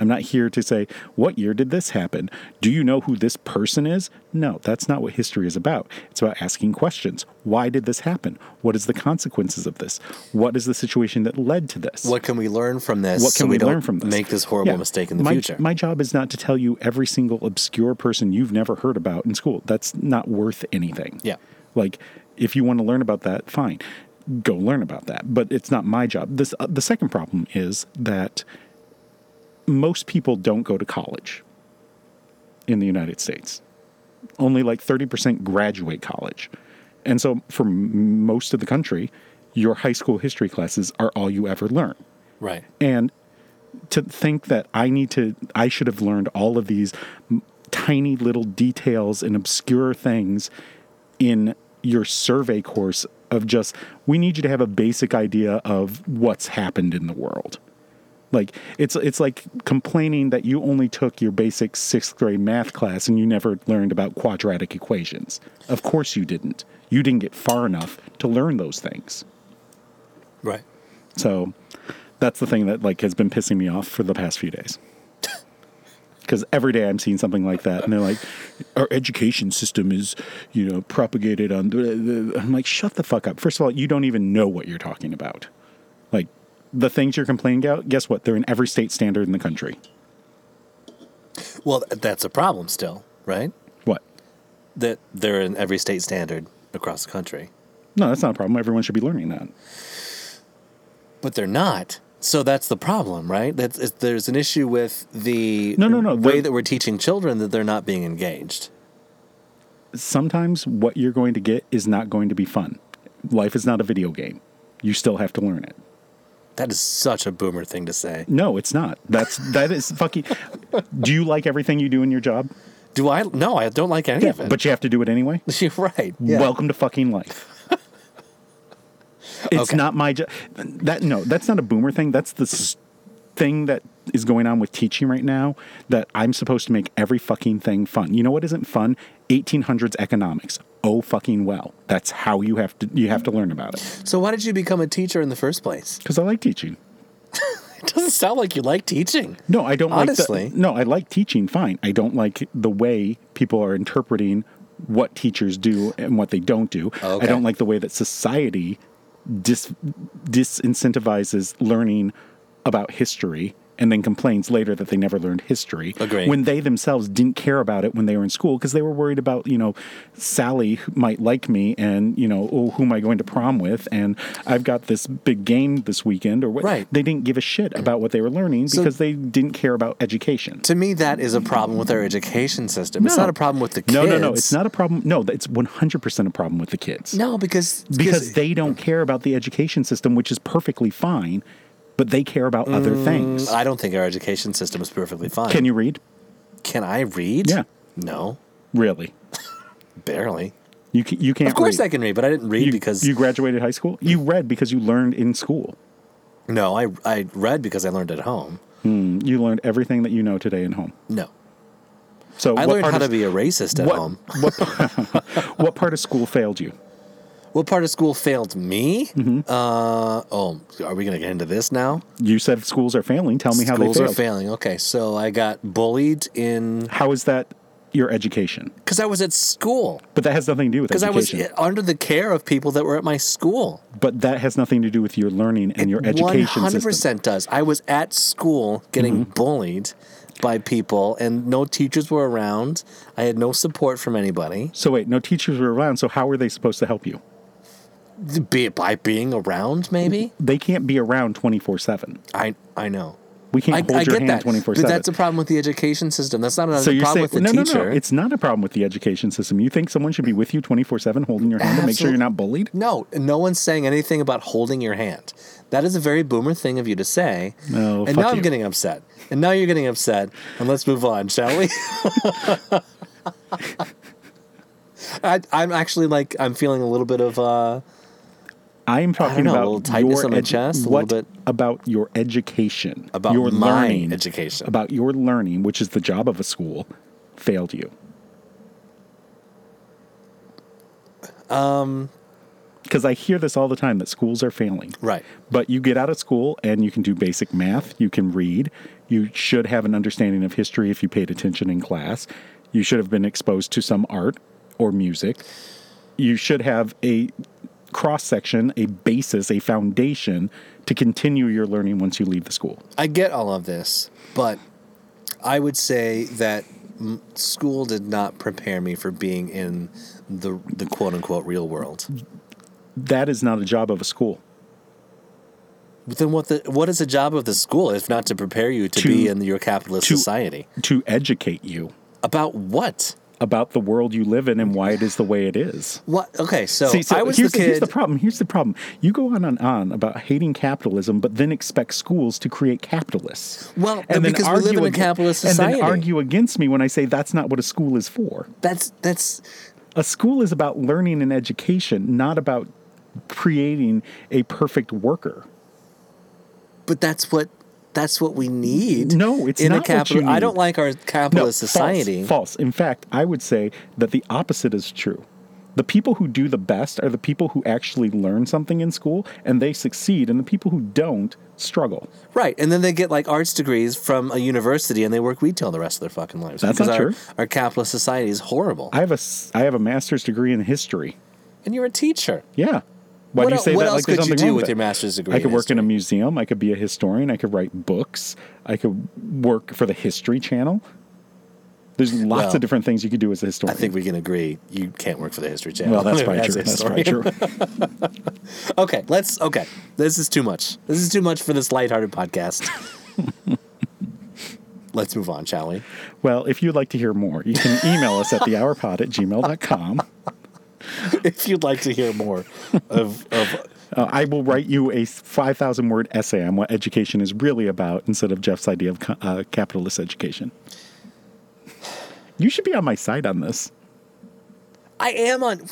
Speaker 2: i'm not here to say what year did this happen do you know who this person is no that's not what history is about it's about asking questions why did this happen what is the consequences of this what is the situation that led to this
Speaker 1: what can we learn from this?
Speaker 2: what
Speaker 1: so
Speaker 2: can we,
Speaker 1: don't
Speaker 2: learn from this?
Speaker 1: Make this horrible
Speaker 2: Yeah.
Speaker 1: mistake in the
Speaker 2: my,
Speaker 1: future.
Speaker 2: My job is not to tell you every single obscure person you've never heard about in school. That's not worth anything.
Speaker 1: Yeah.
Speaker 2: Like, if you want to learn about that, fine, go learn about that. But it's not my job. This uh, the second problem is that most people don't go to college in the United States. only like 30% graduate college. And so, for m- most of the country, your high school history classes are all you ever learn.
Speaker 1: Right.
Speaker 2: And to think that I need to, I should have learned all of these m- tiny little details and obscure things in your survey course of just, we need you to have a basic idea of what's happened in the world. Like it's it's like complaining that you only took your basic sixth grade math class and you never learned about quadratic equations. Of course you didn't. You didn't get far enough to learn those things.
Speaker 1: Right.
Speaker 2: So that's the thing that like has been pissing me off for the past few days. Because every day I'm seeing something like that, and they're like, "Our education system is, you know, propagated on." The, the-" I'm like, "Shut the fuck up!" First of all, you don't even know what you're talking about. Like the things you're complaining about. Guess what? They're in every state standard in the country.
Speaker 1: Well, th- that's a problem still, right?
Speaker 2: What?
Speaker 1: That they're in every state standard across the country,
Speaker 2: No, that's not a problem. Everyone should be learning that.
Speaker 1: but they're not. So that's the problem, right? That's it's, there's an issue with the
Speaker 2: No, no, no,
Speaker 1: way
Speaker 2: they're-
Speaker 1: that we're teaching children that they're not being engaged.
Speaker 2: Sometimes what you're going to get is not going to be fun. Life is not a video game. You still have to learn it.
Speaker 1: That is such a boomer thing to say.
Speaker 2: No, it's not. That's that is fucking. do you like everything you do in your job?
Speaker 1: Do I? No, I don't like any of it.
Speaker 2: But you have to do it anyway.
Speaker 1: you're right. Yeah.
Speaker 2: Welcome to fucking life. It's
Speaker 1: Okay.
Speaker 2: not my job. That no, that's not a boomer thing. That's the s- thing that is going on with teaching right now. That I'm supposed to make every fucking thing fun. You know what isn't fun? 1800s economics. Oh fucking well. That's how you have to you have to learn about it.
Speaker 1: so why did you become a teacher in the first place?
Speaker 2: Because I like teaching.
Speaker 1: It doesn't sound like you like teaching.
Speaker 2: No, I don't
Speaker 1: Honestly.
Speaker 2: like the, No, I like teaching fine. I don't like the way people are interpreting what teachers do and what they don't do.
Speaker 1: Okay.
Speaker 2: I don't like the way that society dis disincentivizes learning about history and then complains later that they never learned history
Speaker 1: Agree.
Speaker 2: when they themselves didn't care about it when they were in school because they were worried about you know sally who might like me and you know oh, who am i going to prom with and i've got this big game this weekend or what
Speaker 1: Right.
Speaker 2: they didn't give a shit about what they were learning because they didn't care about education.
Speaker 1: To me, that is a problem with our education system. It's
Speaker 2: No.
Speaker 1: not a problem with the kids.
Speaker 2: No, no, no. It's not a problem. No, it's 100% a problem with the kids.
Speaker 1: No, because
Speaker 2: because they don't care about the education system, which is perfectly fine, but they care about other things.
Speaker 1: Mm, I don't think our education system is perfectly fine.
Speaker 2: Can you read?
Speaker 1: Can I read?
Speaker 2: Yeah.
Speaker 1: No,
Speaker 2: Really?
Speaker 1: barely.
Speaker 2: You, ca- you can't
Speaker 1: Of course
Speaker 2: read.
Speaker 1: I can read, but I didn't read
Speaker 2: you,
Speaker 1: because Mm.
Speaker 2: you graduated high school? You read because you learned in school.
Speaker 1: no, I I read because I learned at home.
Speaker 2: You learned everything that you know today in home.
Speaker 1: No,
Speaker 2: So
Speaker 1: I
Speaker 2: what
Speaker 1: learned
Speaker 2: part
Speaker 1: how
Speaker 2: of,
Speaker 1: to be a racist at
Speaker 2: what,
Speaker 1: home.
Speaker 2: What, what part of school failed you?
Speaker 1: What part of school failed me?
Speaker 2: Mm-hmm.
Speaker 1: Uh, oh, are we going to get into this now?
Speaker 2: You said schools are failing. Tell me how
Speaker 1: Schools
Speaker 2: they
Speaker 1: are
Speaker 2: failed.
Speaker 1: failing. Okay, so I got bullied in
Speaker 2: how is that your education?
Speaker 1: because I was at school.
Speaker 2: But that has nothing to do with
Speaker 1: Because I was
Speaker 2: education.
Speaker 1: under the care of people that were at my school.
Speaker 2: but that has nothing to do with your learning and your education system. Mm-hmm.
Speaker 1: does. I was at school getting bullied by people, and no teachers were around. I had no support from anybody.
Speaker 2: So wait, no teachers were around. So how are they supposed to help you?
Speaker 1: Be it by being around, maybe.
Speaker 2: They can't be around twenty four seven.
Speaker 1: I I know.
Speaker 2: We can't
Speaker 1: I,
Speaker 2: hold
Speaker 1: I
Speaker 2: your
Speaker 1: get
Speaker 2: hand
Speaker 1: that.
Speaker 2: twenty four
Speaker 1: But
Speaker 2: seven.
Speaker 1: that's a problem with the education system. That's not a
Speaker 2: so you're
Speaker 1: problem
Speaker 2: saying
Speaker 1: with the
Speaker 2: no,
Speaker 1: teacher.
Speaker 2: no, no. It's not a problem with the education system. You think someone should be with you twenty four seven, holding your hand to make sure
Speaker 1: Absolute-
Speaker 2: you're not bullied?
Speaker 1: No, no one's saying anything about holding your hand. That is a very boomer thing of you to say.
Speaker 2: No,
Speaker 1: and
Speaker 2: fuck
Speaker 1: now I'm
Speaker 2: you.
Speaker 1: getting upset. And now you're getting upset. And let's move on, shall we? I, I'm actually like I'm feeling a little bit of uh,
Speaker 2: I'm talking
Speaker 1: know, a
Speaker 2: about
Speaker 1: little tightness
Speaker 2: your
Speaker 1: on my chest, a little
Speaker 2: what
Speaker 1: bit-
Speaker 2: about your education?
Speaker 1: About
Speaker 2: your
Speaker 1: my
Speaker 2: learning
Speaker 1: education.
Speaker 2: About your learning, which is the job of a school, failed you.
Speaker 1: Um,
Speaker 2: Um, because I hear this all the time that schools are failing.
Speaker 1: right.
Speaker 2: But you get out of school and you can do basic math. You can read. You should have an understanding of history if you paid attention in class. You should have been exposed to some art or music. You should have a cross section, a basis, a foundation to continue your learning once you leave the school.
Speaker 1: I get all of this, but I would say that m- school did not prepare me for being in the the quote unquote real world.
Speaker 2: That is not a job of a school.
Speaker 1: Then what the what is the job of the school if not to prepare you to,
Speaker 2: To-
Speaker 1: be in your capitalist
Speaker 2: to-
Speaker 1: society?
Speaker 2: To educate you
Speaker 1: About what?
Speaker 2: about the world you live in and why it is the way it is.
Speaker 1: What? Okay, so,
Speaker 2: See, so
Speaker 1: I was the
Speaker 2: here's,
Speaker 1: kid.
Speaker 2: here's the problem. Here's the problem. You go on and on about hating capitalism, but then expect schools to create capitalists.
Speaker 1: Well, because we live in a
Speaker 2: ag-
Speaker 1: capitalist
Speaker 2: And
Speaker 1: society.
Speaker 2: then argue against me when I say that's not what a school is for.
Speaker 1: that's that's
Speaker 2: A school is about learning and education, not about creating a perfect worker.
Speaker 1: but that's what that's what we need.
Speaker 2: No, it's
Speaker 1: in
Speaker 2: not
Speaker 1: a
Speaker 2: what
Speaker 1: capital.
Speaker 2: you
Speaker 1: I
Speaker 2: need.
Speaker 1: don't like our capitalist society.
Speaker 2: False, false. In fact, I would say that the opposite is true. The people who do the best are the people who actually learn something in school and they succeed, and the people who don't struggle.
Speaker 1: Right, and then they get like arts degrees from a university and they work retail the rest of their fucking lives.
Speaker 2: That's
Speaker 1: because
Speaker 2: not
Speaker 1: our,
Speaker 2: true.
Speaker 1: Our capitalist society is horrible.
Speaker 2: I have a s- I have a master's degree in history.
Speaker 1: and you're a teacher.
Speaker 2: Yeah.
Speaker 1: What
Speaker 2: Why do you
Speaker 1: el-
Speaker 2: say
Speaker 1: what
Speaker 2: that?
Speaker 1: else
Speaker 2: like there's
Speaker 1: could you
Speaker 2: something
Speaker 1: do
Speaker 2: wrong
Speaker 1: with
Speaker 2: it?
Speaker 1: your master's degree
Speaker 2: I
Speaker 1: in
Speaker 2: could work in a
Speaker 1: history?
Speaker 2: museum. I could be a historian. I could write books. I could work for the History Channel. There's lots
Speaker 1: Well,
Speaker 2: of different things you could do as
Speaker 1: I
Speaker 2: a historian.
Speaker 1: think we can agree you can't work for the History Channel.
Speaker 2: well, that's probably
Speaker 1: As
Speaker 2: true.
Speaker 1: a
Speaker 2: That's probably true.
Speaker 1: historian. Okay, let's. Okay, this is too much. This is too much for this lighthearted podcast. let's move on, shall we?
Speaker 2: Well, if you'd like to hear more, you can email us at thehourpod at gmail.com.
Speaker 1: If you'd like to hear more of, of
Speaker 2: Uh, I will write you a 5,000 word essay on what education is really about instead of Jeff's idea of co- uh, capitalist education. You should be on my side on this.
Speaker 1: I am on.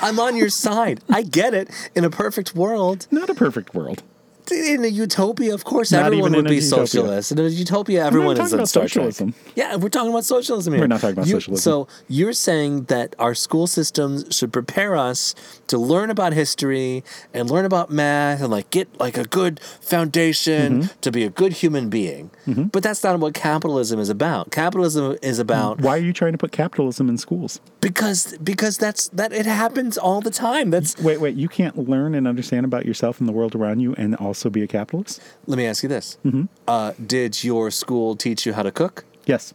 Speaker 1: I'm on your side. I get it. In a perfect world,
Speaker 2: Not a perfect world.
Speaker 1: in a utopia, of course,
Speaker 2: Not
Speaker 1: everyone
Speaker 2: even
Speaker 1: would
Speaker 2: in a
Speaker 1: be
Speaker 2: utopia.
Speaker 1: socialist. In a utopia, everyone
Speaker 2: talking
Speaker 1: is in
Speaker 2: about
Speaker 1: Star
Speaker 2: socialism.
Speaker 1: Trek. Yeah, we're talking about socialism here.
Speaker 2: We're not talking about
Speaker 1: You-
Speaker 2: socialism.
Speaker 1: So you're saying that our school systems should prepare us to learn about history and learn about math and like get like a good foundation
Speaker 2: Mm-hmm.
Speaker 1: to be a good human being. But that's not what capitalism is about. Capitalism is about
Speaker 2: Why are you trying to put capitalism in schools?
Speaker 1: because because that's that it happens all the time. That's
Speaker 2: Wait, wait, you can't learn and understand about yourself and the world around you and also be a capitalist?
Speaker 1: Let me ask you this: uh, Did your school teach you how to cook?
Speaker 2: Yes.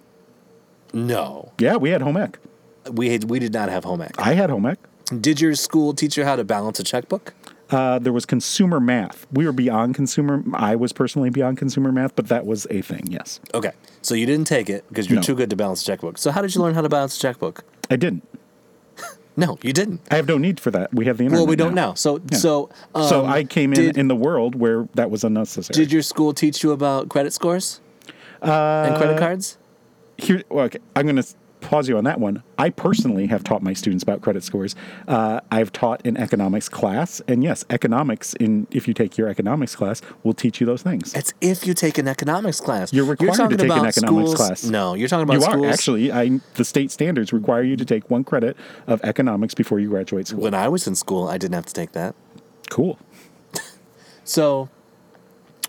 Speaker 1: No,
Speaker 2: Yeah, we had home ec.
Speaker 1: we had, we did not have home ec.
Speaker 2: I had home ec.
Speaker 1: Did your school teach you how to balance a checkbook?
Speaker 2: Uh, there was consumer math. We were beyond consumer. I was personally beyond consumer math, but that was a thing. Yes,
Speaker 1: Okay, so you didn't take it because you're
Speaker 2: No.
Speaker 1: too good to balance a checkbook. So how did you learn how to balance a checkbook?
Speaker 2: I didn't.
Speaker 1: No, you didn't.
Speaker 2: I have no need for that. We have the internet.
Speaker 1: Well, we don't now. So
Speaker 2: Yeah.
Speaker 1: so um,
Speaker 2: so I came in
Speaker 1: Did,
Speaker 2: in the world where that was unnecessary.
Speaker 1: did your school teach you about credit scores and credit cards?
Speaker 2: Here, well, okay, I'm going to pause you on that one. I personally have taught my students about credit scores. Uh, I've taught in economics class, and yes, economics. In if you take your economics class, will teach you those things.
Speaker 1: It's if you take an economics class.
Speaker 2: You're required to
Speaker 1: talking
Speaker 2: take an
Speaker 1: about
Speaker 2: economics
Speaker 1: schools-
Speaker 2: class.
Speaker 1: No, you're talking about
Speaker 2: You
Speaker 1: schools.
Speaker 2: are actually. I the state standards require you to take one credit of economics before you graduate school.
Speaker 1: When I was in school, I didn't have to take that.
Speaker 2: Cool.
Speaker 1: So,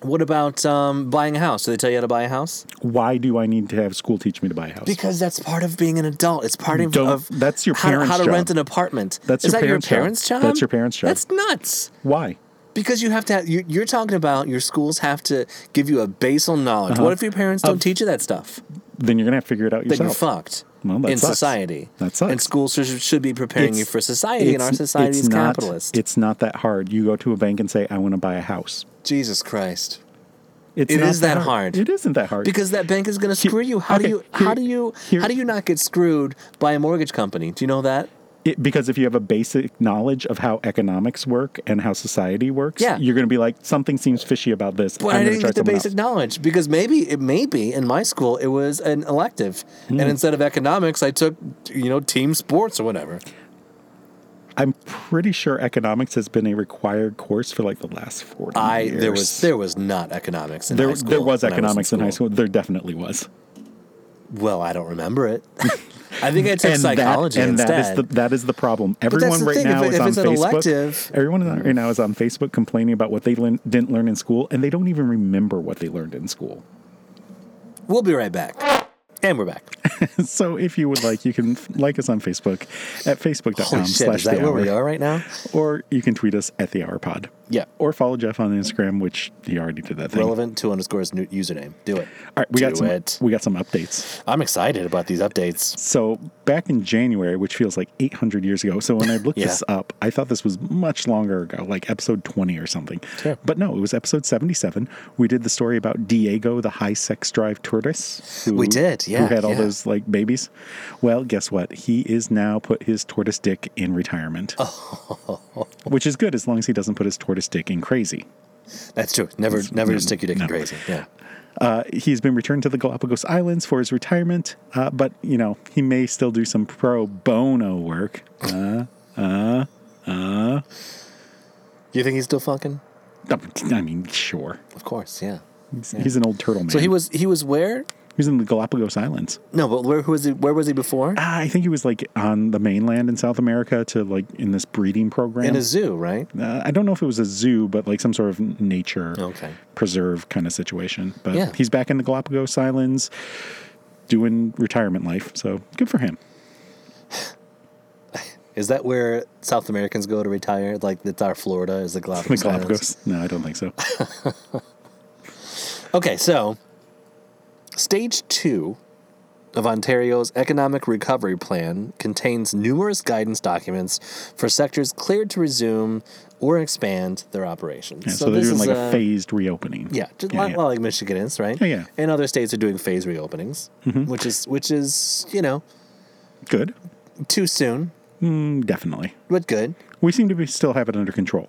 Speaker 1: what about um, buying a house? Do they tell you how to buy a house?
Speaker 2: why do I need to have school teach me to buy a house?
Speaker 1: Because that's part of being an adult. It's part of,
Speaker 2: Don't-
Speaker 1: of
Speaker 2: that's your
Speaker 1: how, to-
Speaker 2: parents'
Speaker 1: how to
Speaker 2: job.
Speaker 1: rent an apartment.
Speaker 2: That's
Speaker 1: Is
Speaker 2: your
Speaker 1: that
Speaker 2: parents'
Speaker 1: your
Speaker 2: job.
Speaker 1: parents' job?
Speaker 2: That's your parents' job.
Speaker 1: That's nuts.
Speaker 2: why?
Speaker 1: Because you have to. Have, you, you're talking about your schools have to give you a basal knowledge.
Speaker 2: Uh-huh.
Speaker 1: What if your parents don't teach you that stuff?
Speaker 2: Then you're gonna have to figure it out
Speaker 1: Then you're
Speaker 2: yourself.
Speaker 1: fucked.
Speaker 2: Well, that
Speaker 1: in
Speaker 2: sucks.
Speaker 1: society,
Speaker 2: That sucks.
Speaker 1: And schools should, should be preparing you
Speaker 2: It's-
Speaker 1: for society, and
Speaker 2: it's-
Speaker 1: our society
Speaker 2: it's
Speaker 1: is
Speaker 2: not-
Speaker 1: capitalist.
Speaker 2: It's not that hard. You go to a bank and say, "I want to buy a house."
Speaker 1: Jesus Christ.
Speaker 2: It's
Speaker 1: It
Speaker 2: not
Speaker 1: is that hard.
Speaker 2: It isn't that hard.
Speaker 1: because that bank is going to
Speaker 2: Here-
Speaker 1: screw you. How do
Speaker 2: okay,
Speaker 1: you
Speaker 2: here-
Speaker 1: how do you
Speaker 2: here-
Speaker 1: how do you not get screwed by a mortgage company? Do you know that?
Speaker 2: It- because if you have a basic knowledge of how economics work and how society works,
Speaker 1: Yeah.
Speaker 2: you're gonna be like, "Something seems fishy about this."
Speaker 1: But
Speaker 2: I'm
Speaker 1: I
Speaker 2: gonna
Speaker 1: didn't
Speaker 2: try
Speaker 1: get the
Speaker 2: something
Speaker 1: basic
Speaker 2: else."
Speaker 1: knowledge because maybe it maybe in my school it was an elective, and instead of economics, I took you know team sports or whatever.
Speaker 2: I'm pretty sure economics has been a required course for like the last forty
Speaker 1: I
Speaker 2: years.
Speaker 1: there was there was not economics in
Speaker 2: there,
Speaker 1: high school.
Speaker 2: there was
Speaker 1: when I in
Speaker 2: economics in high school. There definitely was.
Speaker 1: Well, I don't remember it. I think I took
Speaker 2: that-
Speaker 1: psychology
Speaker 2: and
Speaker 1: instead.
Speaker 2: that is the that is the problem. Everyone
Speaker 1: the
Speaker 2: right
Speaker 1: thing, if
Speaker 2: now
Speaker 1: it-
Speaker 2: is
Speaker 1: if
Speaker 2: on
Speaker 1: it's an
Speaker 2: Facebook.
Speaker 1: elective-
Speaker 2: Everyone right now is on Facebook complaining about what they learn, didn't learn in school, and they don't even remember what they learned in school.
Speaker 1: we'll be right back, and we're back.
Speaker 2: so if you would like, you can like us on Facebook at
Speaker 1: Holy
Speaker 2: facebook.com
Speaker 1: shit!
Speaker 2: slash
Speaker 1: Is that
Speaker 2: the
Speaker 1: where we
Speaker 2: hour,
Speaker 1: are right now?
Speaker 2: or you can tweet us at the hour pod.
Speaker 1: Yeah.
Speaker 2: Or follow Jeff on Instagram, which he already did that thing.
Speaker 1: Relevant to underscores new username. Do it.
Speaker 2: All right, we
Speaker 1: Do
Speaker 2: got some
Speaker 1: it.
Speaker 2: we got some updates.
Speaker 1: I'm excited about these updates.
Speaker 2: So back in January, which feels like 800 years ago. So when I looked
Speaker 1: Yeah.
Speaker 2: this up, I thought this was much longer ago, like episode 20 or something.
Speaker 1: Sure.
Speaker 2: But no, it was episode 77. We did the story about Diego, the high sex drive tortoise. who-
Speaker 1: We did, Yes, yeah,
Speaker 2: who had all
Speaker 1: yeah.
Speaker 2: those like babies. Well, guess what? He is now put his tortoise dick in retirement,
Speaker 1: Oh.
Speaker 2: which is good as long as he doesn't put his tortoise dick in crazy.
Speaker 1: That's true. Never, never
Speaker 2: no,
Speaker 1: stick your dick in
Speaker 2: no.
Speaker 1: crazy. Yeah.
Speaker 2: Uh, he's been returned to the Galapagos Islands for his retirement, uh, but you know he may still do some pro bono work.
Speaker 1: You think he's still fucking?
Speaker 2: I mean, sure,
Speaker 1: Of course, yeah.
Speaker 2: he's, he's an old turtle man.
Speaker 1: So he was he was where?
Speaker 2: he's in the Galapagos Islands.
Speaker 1: No, but where who was he? Where was he before?
Speaker 2: Ah, I think he was like on the mainland in South America to like in this breeding program.
Speaker 1: In a zoo, right?
Speaker 2: uh, I don't know if it was a zoo, but like some sort of nature
Speaker 1: Okay.
Speaker 2: preserve kind of situation. But
Speaker 1: Yeah.
Speaker 2: he's back in the Galapagos Islands doing retirement life. So good for him.
Speaker 1: Is that where South Americans go to retire? Like that's our Florida is the
Speaker 2: The
Speaker 1: Galapagos. Islands.
Speaker 2: Galapagos? No, I don't think so.
Speaker 1: Okay, so stage two of Ontario's economic recovery plan contains numerous guidance documents for sectors cleared to resume or expand their operations.
Speaker 2: Yeah, so, they're
Speaker 1: this
Speaker 2: doing like
Speaker 1: is,
Speaker 2: a
Speaker 1: uh,
Speaker 2: phased reopening.
Speaker 1: Yeah, just
Speaker 2: yeah,
Speaker 1: lot uh,
Speaker 2: yeah.
Speaker 1: lot like Michigans, right?
Speaker 2: Yeah, Mm-hmm. yeah.
Speaker 1: And other states are doing phase reopenings, which is which is you know
Speaker 2: good.
Speaker 1: too soon,
Speaker 2: Mm, definitely.
Speaker 1: but good.
Speaker 2: We seem to be still have it under control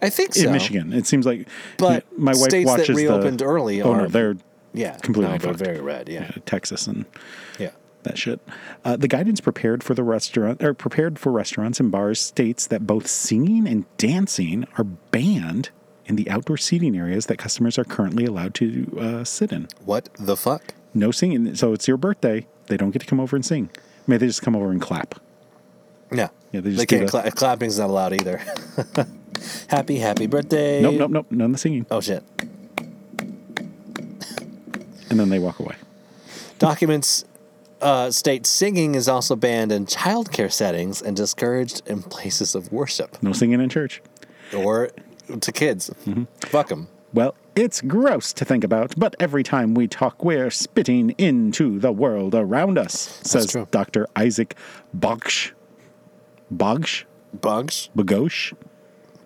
Speaker 1: I think
Speaker 2: in
Speaker 1: so.
Speaker 2: Michigan. It seems like
Speaker 1: But
Speaker 2: my wife
Speaker 1: states that
Speaker 2: watches the-
Speaker 1: reopened early
Speaker 2: Oh no,
Speaker 1: are-
Speaker 2: they're
Speaker 1: yeah,
Speaker 2: completely
Speaker 1: no, they're
Speaker 2: fucked.
Speaker 1: very red. Yeah,
Speaker 2: Texas and
Speaker 1: yeah.
Speaker 2: that shit. Uh, the guidance prepared for the restaurant or prepared for restaurants and bars states that both singing and dancing are banned in the outdoor seating areas that customers are currently allowed to uh, sit in.
Speaker 1: What the fuck?
Speaker 2: No singing. So it's your birthday. They don't get to come over and sing. May they just come over and clap.
Speaker 1: No,
Speaker 2: Yeah, they just do
Speaker 1: can't.
Speaker 2: the-
Speaker 1: Cla- clapping's not allowed either. happy, happy birthday.
Speaker 2: Nope, nope, nope. None of the singing.
Speaker 1: Oh shit.
Speaker 2: And then they walk away.
Speaker 1: Documents uh, state singing is also banned in childcare settings and discouraged in places of worship
Speaker 2: No singing in church.
Speaker 1: or to kids.
Speaker 2: Mm-hmm.
Speaker 1: Fuck them.
Speaker 2: Well, it's gross to think about, but every time we talk, we're spitting into the world around us, says
Speaker 1: true.
Speaker 2: Dr. Isaac Bogsh. Bogsh?
Speaker 1: Bunch,
Speaker 2: Bagosh?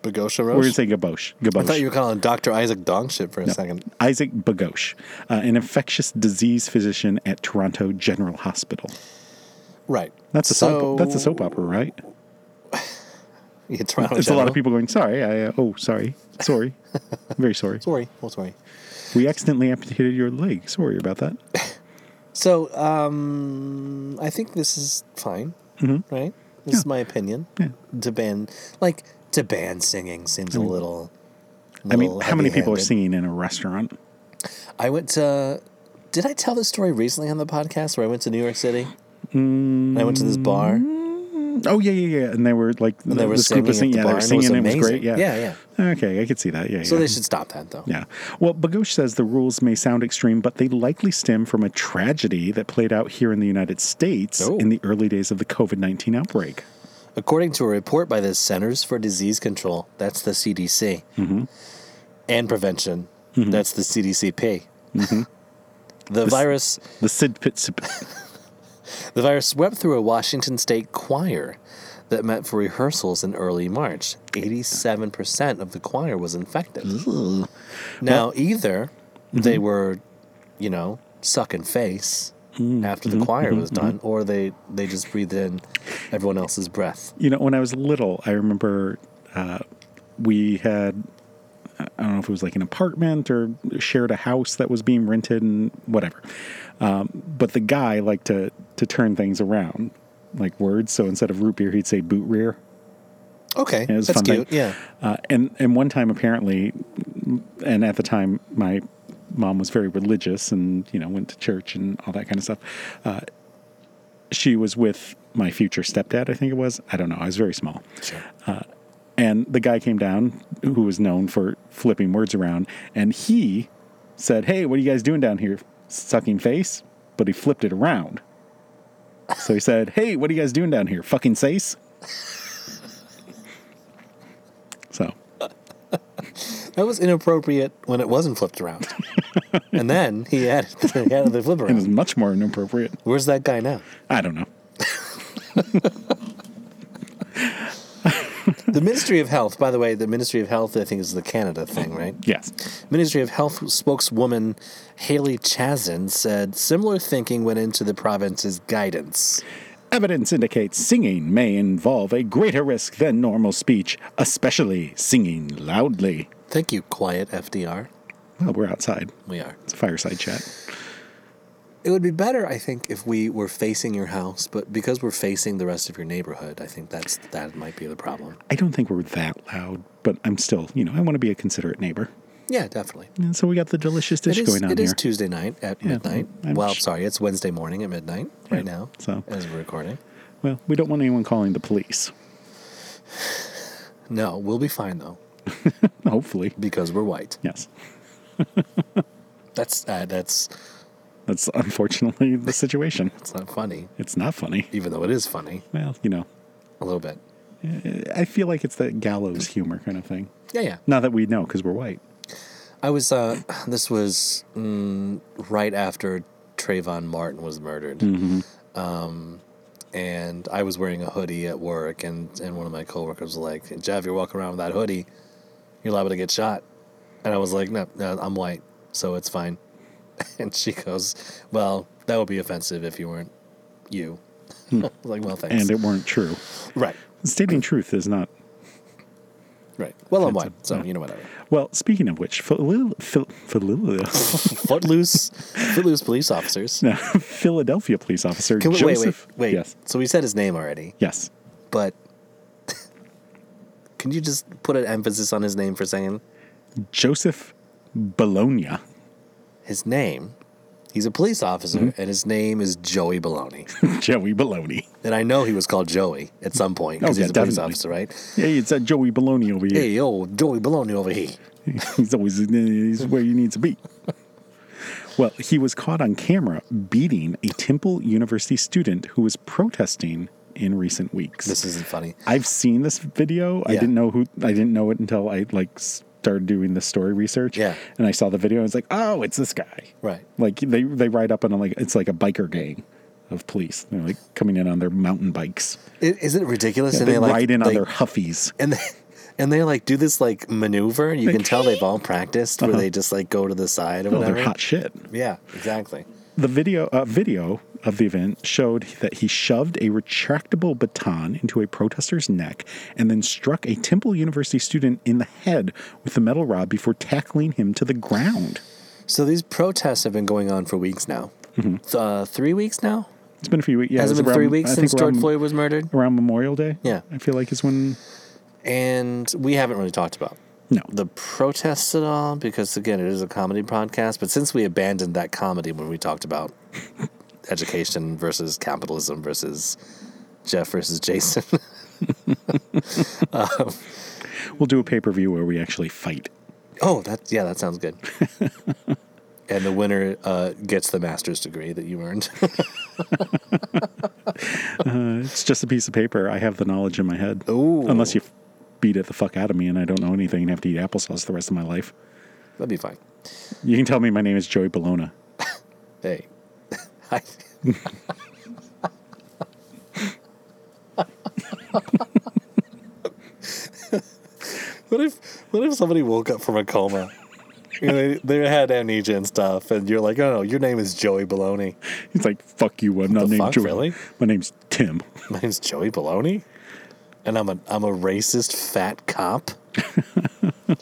Speaker 1: Bagosha
Speaker 2: We're going to
Speaker 1: Roche.
Speaker 2: say Gabosh. Gabosh.
Speaker 1: I thought you were calling Dr. Isaac dog shit for a second.
Speaker 2: Isaac Bagosh, uh, an infectious disease physician at Toronto General Hospital.
Speaker 1: Right.
Speaker 2: That's a
Speaker 1: So- Oh,
Speaker 2: soap. That's a soap opera, right?
Speaker 1: Yeah, Toronto
Speaker 2: There's a lot
Speaker 1: General.
Speaker 2: of people going. Sorry, I uh, oh sorry, sorry, very sorry.
Speaker 1: Sorry. Well, sorry.
Speaker 2: We accidentally amputated your leg. Sorry about that.
Speaker 1: So, um, I think this is fine, right? This is my opinion.
Speaker 2: Mm-hmm. Yeah. Mm-hmm.
Speaker 1: To ban, like, to ban singing seems a little.
Speaker 2: I mean,
Speaker 1: little
Speaker 2: how many people are
Speaker 1: heavy-handed.
Speaker 2: singing in a restaurant?
Speaker 1: I went to. Did I tell this story recently on the podcast where I went to New York City?
Speaker 2: Mm-hmm.
Speaker 1: And I went to this bar and
Speaker 2: Oh yeah, yeah, yeah. And they were like, the,
Speaker 1: they were
Speaker 2: this
Speaker 1: singing
Speaker 2: group
Speaker 1: at
Speaker 2: was
Speaker 1: the
Speaker 2: singing. Yeah,
Speaker 1: bar.
Speaker 2: they
Speaker 1: and it was
Speaker 2: were singing. It was,
Speaker 1: amazing.
Speaker 2: great. Yeah.
Speaker 1: yeah, yeah.
Speaker 2: Okay, I could see that. Yeah,
Speaker 1: So
Speaker 2: yeah.
Speaker 1: they should stop that though.
Speaker 2: yeah. Well, Bagosh says the rules may sound extreme, but they likely stem from a tragedy that played out here in the United States
Speaker 1: Oh.
Speaker 2: in the early days of the COVID 19 outbreak.
Speaker 1: According to a report by the Centers for Disease Control, that's the CDC,
Speaker 2: Mm-hmm.
Speaker 1: and Prevention, that's the CDCP.
Speaker 2: Mm-hmm.
Speaker 1: the virus,
Speaker 2: The Sid Pits.
Speaker 1: the virus swept through a Washington State choir that met for rehearsals in early March. Eighty-seven percent of the choir was infected. Now, either
Speaker 2: Mm-hmm.
Speaker 1: they were, you know, sucking face.
Speaker 2: Mm-hmm.
Speaker 1: After the choir was done, or they they just breathed in everyone else's breath.
Speaker 2: You know, when I was little, I remember uh, we had, I don't know if it was like an apartment or shared a house that was being rented and whatever. Um, but the guy liked to, to turn things around, like words. So instead of root beer, he'd say boot rear.
Speaker 1: Okay,
Speaker 2: It was a
Speaker 1: that's
Speaker 2: fun thing.
Speaker 1: cute. Yeah,
Speaker 2: Uh, and and one time apparently, and at the time my mom was very religious and you know went to church and all that kind of stuff. Uh, she was with my future stepdad, I think it was. I don't know. I was very small,
Speaker 1: sure.
Speaker 2: and the guy came down who was known for flipping words around, and he said, "Hey, what are you guys doing down here? Sucking face?" But he flipped it around. So he said, "Hey, what are you guys doing down here? Fucking face?" So
Speaker 1: That was inappropriate when it wasn't flipped around. and then he added, he added the flip
Speaker 2: It is
Speaker 1: around.
Speaker 2: much more inappropriate.
Speaker 1: Where's that guy now?
Speaker 2: I don't know.
Speaker 1: The Ministry of Health, by the way, the Ministry of Health, I think, is the Canada thing, right?
Speaker 2: Yes.
Speaker 1: Ministry of Health spokeswoman Haley Chazin said similar thinking went into the province's guidance.
Speaker 2: Evidence indicates singing may involve a greater risk than normal speech, especially singing loudly.
Speaker 1: Thank you, Quiet FDR.
Speaker 2: Well, we're outside.
Speaker 1: We are.
Speaker 2: It's a fireside chat.
Speaker 1: It would be better, I think, if we were facing your house, but because we're facing the rest of your neighborhood, I think that's that might be the problem.
Speaker 2: I don't think we're that loud, but I'm still, you know, I want to be a considerate neighbor.
Speaker 1: Yeah, definitely.
Speaker 2: And so we got the delicious dish
Speaker 1: It is,
Speaker 2: going on
Speaker 1: it
Speaker 2: here.
Speaker 1: is Tuesday night at midnight.
Speaker 2: I'm
Speaker 1: well,
Speaker 2: sh-
Speaker 1: sorry, it's Wednesday morning at midnight right
Speaker 2: Yeah,
Speaker 1: now
Speaker 2: so.
Speaker 1: as we're recording.
Speaker 2: well, we don't want anyone calling the police.
Speaker 1: No, we'll be fine though
Speaker 2: Hopefully.
Speaker 1: because we're white.
Speaker 2: Yes.
Speaker 1: That's uh, that's
Speaker 2: That's unfortunately the situation.
Speaker 1: it's not funny,
Speaker 2: It's not funny.
Speaker 1: even though it is funny
Speaker 2: Well, you know,
Speaker 1: a little bit.
Speaker 2: I feel like it's that gallows humor kind of thing.
Speaker 1: Yeah, yeah.
Speaker 2: Not that we know because we're white.
Speaker 1: I was. Uh, this was mm, right after Trayvon Martin was murdered,
Speaker 2: Mm-hmm.
Speaker 1: um, and I was wearing a hoodie at work, and and one of my coworkers was like, "Jeff, you're walking around with that hoodie, you're liable to get shot," and I was like, "No, no I'm white, so it's fine." And she goes, "Well, that would be offensive if you weren't you." I was like, "Well, thanks."
Speaker 2: Hmm. And it weren't true.
Speaker 1: right,
Speaker 2: Stating truth is not.
Speaker 1: right. Well, I'm
Speaker 2: Offensive,
Speaker 1: white, so
Speaker 2: yeah.
Speaker 1: you know whatever.
Speaker 2: Well, speaking of which, Phil- Phil- Phil-
Speaker 1: Footloose, footloose police officers.
Speaker 2: no, Philadelphia police officer
Speaker 1: Can we, wait, wait,
Speaker 2: Joseph.
Speaker 1: wait.
Speaker 2: Yes.
Speaker 1: So we said his name already,
Speaker 2: Yes.
Speaker 1: but can you just put an emphasis on his name for a second?
Speaker 2: Joseph Bologna.
Speaker 1: His name. He's a police officer,
Speaker 2: Mm-hmm.
Speaker 1: and his name is Joey Baloney.
Speaker 2: Joey Bologna.
Speaker 1: and I know he was called Joey at some point
Speaker 2: Oh,
Speaker 1: because
Speaker 2: yeah,
Speaker 1: he's a police
Speaker 2: definitely.
Speaker 1: officer, right?
Speaker 2: Hey, it's that Joey Bologna over here.
Speaker 1: Hey, yo, Joey Baloney over here.
Speaker 2: He's always uh, he's where you need to be. Well, he was caught on camera beating a Temple University student who was protesting in recent weeks.
Speaker 1: This isn't funny.
Speaker 2: I've seen this video. I
Speaker 1: Yeah.
Speaker 2: didn't know who. I didn't know it until I like started doing the story research.
Speaker 1: Yeah.
Speaker 2: and I saw the video. and I was like, oh, it's this guy.
Speaker 1: Right.
Speaker 2: Like they they ride up on a, like it's like a biker gang of police. They're like coming in on their mountain bikes.
Speaker 1: I- Isn't it ridiculous?
Speaker 2: they
Speaker 1: and they like,
Speaker 2: ride in on
Speaker 1: they-
Speaker 2: their huffies.
Speaker 1: and they, and they like do this like maneuver. and You can tell they've all practiced where they just like go to the side or
Speaker 2: Uh-huh. Oh,
Speaker 1: whatever.
Speaker 2: they're hot shit.
Speaker 1: Yeah, exactly.
Speaker 2: The video uh, video of the event showed that he shoved a retractable baton into a protester's neck and then struck a Temple University student in the head with the metal rod before tackling him to the ground.
Speaker 1: So these protests have been going on for weeks now. Th- Uh, three weeks now?
Speaker 2: It's been a few weeks. Mm-hmm. Yeah,
Speaker 1: Has it
Speaker 2: was
Speaker 1: been three
Speaker 2: around-
Speaker 1: weeks
Speaker 2: I
Speaker 1: since
Speaker 2: think
Speaker 1: George
Speaker 2: around-
Speaker 1: Floyd was murdered?
Speaker 2: Around Memorial Day.
Speaker 1: Yeah.
Speaker 2: I feel like is when.
Speaker 1: And we haven't really talked about
Speaker 2: No.
Speaker 1: the protests at all because, again, it is a comedy podcast. But since we abandoned that comedy when we talked about education versus capitalism versus Jeff versus Jason,
Speaker 2: We'll do a pay per view where we actually fight.
Speaker 1: oh, that yeah, that sounds good. and the winner uh, gets the master's degree that you earned.
Speaker 2: Uh, it's just a piece of paper. I have the knowledge in my head.
Speaker 1: Ooh.
Speaker 2: Unless you f- beat it the fuck out of me and I don't know anything and have to eat applesauce the rest of my life.
Speaker 1: That'd be fine.
Speaker 2: You can tell me my name is Joey Bologna.
Speaker 1: Hey. I, what if what if somebody woke up from a coma? You know, they, they had amnesia and stuff, and you're like, oh no, your name is Joey Baloney.
Speaker 2: He's like, fuck you. I'm not
Speaker 1: the
Speaker 2: named
Speaker 1: fuck,
Speaker 2: Joey.
Speaker 1: really?
Speaker 2: My name's Tim.
Speaker 1: My name's Joey Baloney, and I'm a I'm a racist fat cop.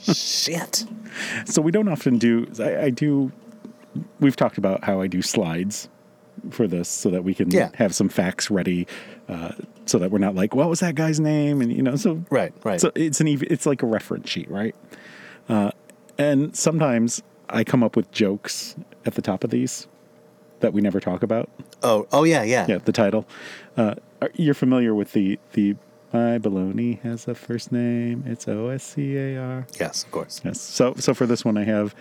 Speaker 1: Shit.
Speaker 2: So we don't often do. I, I do. We've talked about how I do slides for this so that we can
Speaker 1: Yeah.
Speaker 2: have some facts ready, uh, so that we're not like, what was that guy's name? And you know, so
Speaker 1: Right, right.
Speaker 2: So it's an ev- it's like a reference sheet, right? Uh, and sometimes I come up with jokes at the top of these that we never talk about.
Speaker 1: Oh, oh yeah, yeah.
Speaker 2: Yeah, the title. Uh, are- you're familiar with the the my baloney has a first name. It's O S C A R.
Speaker 1: Yes, of course.
Speaker 2: Yes. So so for this one I have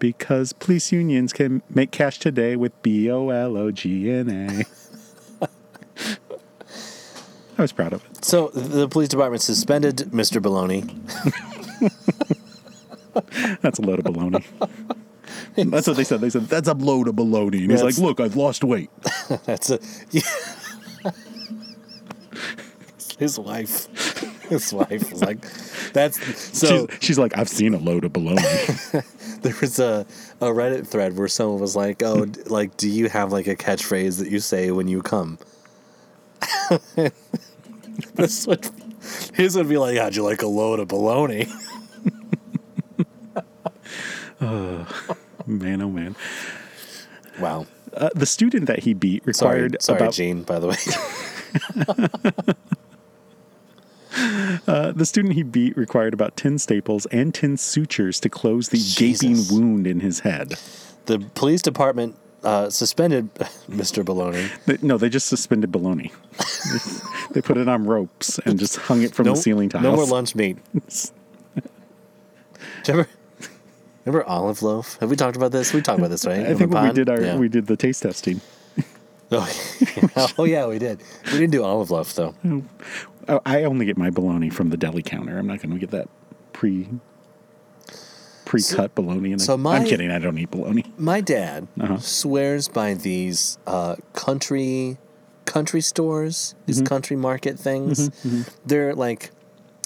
Speaker 2: because police unions can make cash today with B O L O G N A. I was proud of it.
Speaker 1: So the police department suspended Mr. Baloney
Speaker 2: That's a load of baloney. That's what they said. They said that's a load of baloney. And he's
Speaker 1: That's-
Speaker 2: like, "Look, I've lost weight."
Speaker 1: That's a yeah. his wife. His wife was like, "That's so."
Speaker 2: she's, she's like, I've seen a load of bologna.
Speaker 1: There was a, a Reddit thread where someone was like, "Oh, d- like, do you have like a catchphrase that you say when you come?" this would, his would be like, "How'd you like a load of baloney?"
Speaker 2: man, oh man.
Speaker 1: Wow.
Speaker 2: Uh, the student that he beat
Speaker 1: Sorry,
Speaker 2: required
Speaker 1: sorry,
Speaker 2: about
Speaker 1: Gene. By the way,
Speaker 2: uh, the student he beat required about ten staples and ten sutures to close the
Speaker 1: Jesus.
Speaker 2: gaping wound in his head.
Speaker 1: the police department uh, suspended Mr. Baloney.
Speaker 2: They- no, they just suspended bologna. they put it on ropes and just hung it from
Speaker 1: No
Speaker 2: the ceiling tiles.
Speaker 1: No more lunch meat. Do you ever- remember olive loaf? Have we talked about this? We talked about this, right?
Speaker 2: I
Speaker 1: On the
Speaker 2: think when we
Speaker 1: pod?
Speaker 2: did our
Speaker 1: Yeah.
Speaker 2: we did the taste testing.
Speaker 1: Oh, oh yeah, we did. We didn't do olive loaf though.
Speaker 2: Oh, I only get my bologna from the deli counter. I'm not going to get that pre pre-cut bologna. And
Speaker 1: so
Speaker 2: I,
Speaker 1: my-
Speaker 2: I'm kidding. I don't eat bologna.
Speaker 1: My dad
Speaker 2: Uh-huh.
Speaker 1: swears by these uh, country country stores, these
Speaker 2: Mm-hmm.
Speaker 1: country market things. They're like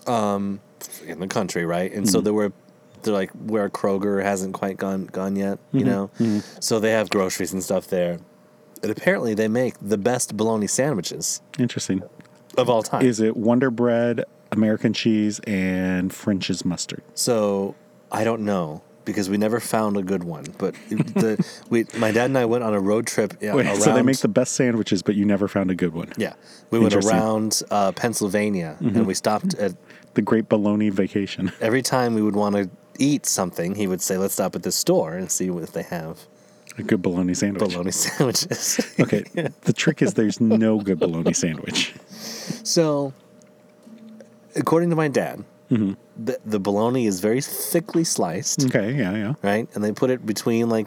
Speaker 1: um, in the country, right? And
Speaker 2: Mm-hmm.
Speaker 1: so they were they're like where Kroger hasn't quite gone gone yet, you
Speaker 2: Mm-hmm.
Speaker 1: know. So they have groceries and stuff there. And apparently they make the best bologna sandwiches
Speaker 2: Interesting.
Speaker 1: of all time.
Speaker 2: Is it Wonder Bread, American cheese, and French's mustard?
Speaker 1: So I don't know because we never found a good one. But the we my dad and I went on a road trip. Yeah,
Speaker 2: Wait,
Speaker 1: around,
Speaker 2: so they make the best sandwiches, but you never found a good one.
Speaker 1: yeah. We went
Speaker 2: Interesting. Mm-hmm.
Speaker 1: around uh, Pennsylvania and we stopped at
Speaker 2: The Great Bologna Vacation.
Speaker 1: every time we would want to eat something. He would say, "Let's stop at this store and see if they have
Speaker 2: A good bologna sandwich.
Speaker 1: bologna sandwiches."
Speaker 2: Okay. the trick is there's no good bologna sandwich.
Speaker 1: so, according to my dad,
Speaker 2: Mm-hmm.
Speaker 1: the the bologna is very thickly sliced.
Speaker 2: Okay. Yeah. Yeah.
Speaker 1: right? And they put it between like,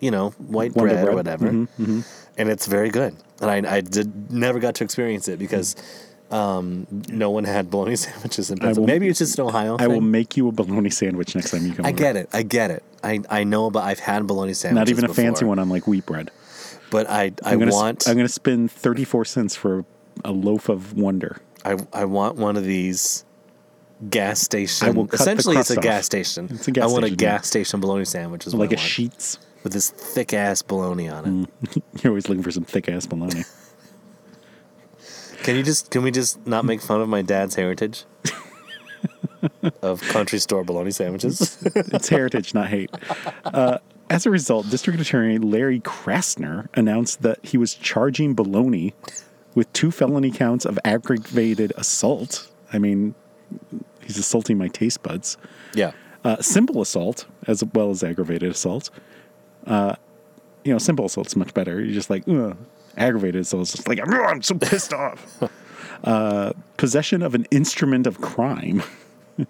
Speaker 1: you know, white
Speaker 2: Wonder
Speaker 1: bread, or
Speaker 2: bread. Mm-hmm.
Speaker 1: whatever, and it's very good. And I, I did never got to experience it because um, no one had bologna sandwiches in Pennsylvania.
Speaker 2: will-
Speaker 1: Maybe it's just an Ohio
Speaker 2: I
Speaker 1: thing.
Speaker 2: will make you a bologna sandwich next time you come.
Speaker 1: I
Speaker 2: over.
Speaker 1: get it. I get it. I, I know about. I've had bologna sandwiches.
Speaker 2: Not even a
Speaker 1: before,
Speaker 2: fancy one on like wheat bread.
Speaker 1: But I I
Speaker 2: I'm gonna,
Speaker 1: want
Speaker 2: I'm gonna spend 34 cents for a loaf of wonder.
Speaker 1: I I want one of these. Gas station.
Speaker 2: I will cut the
Speaker 1: Essentially, it's a
Speaker 2: crust
Speaker 1: gas
Speaker 2: off.
Speaker 1: station.
Speaker 2: It's a gas
Speaker 1: I want a
Speaker 2: station, yeah.
Speaker 1: gas station bologna sandwich. Is
Speaker 2: Like
Speaker 1: what
Speaker 2: a
Speaker 1: I
Speaker 2: Mm.
Speaker 1: want,
Speaker 2: sheets.
Speaker 1: with this thick ass bologna on it.
Speaker 2: You're always looking for some thick ass bologna.
Speaker 1: Can you just can we just not make fun of my dad's heritage of country store bologna sandwiches?
Speaker 2: it's heritage, not hate. Uh, as a result, District Attorney Larry Krasner announced that he was charging bologna with two felony counts of aggravated assault. I mean, he's assaulting my taste buds.
Speaker 1: yeah.
Speaker 2: uh, simple assault as well as aggravated assault. Uh, you know, simple assault's much better. You're just like, Ugh. aggravated assault's just like, "Ugh, I'm so pissed off. uh, possession of an instrument of crime.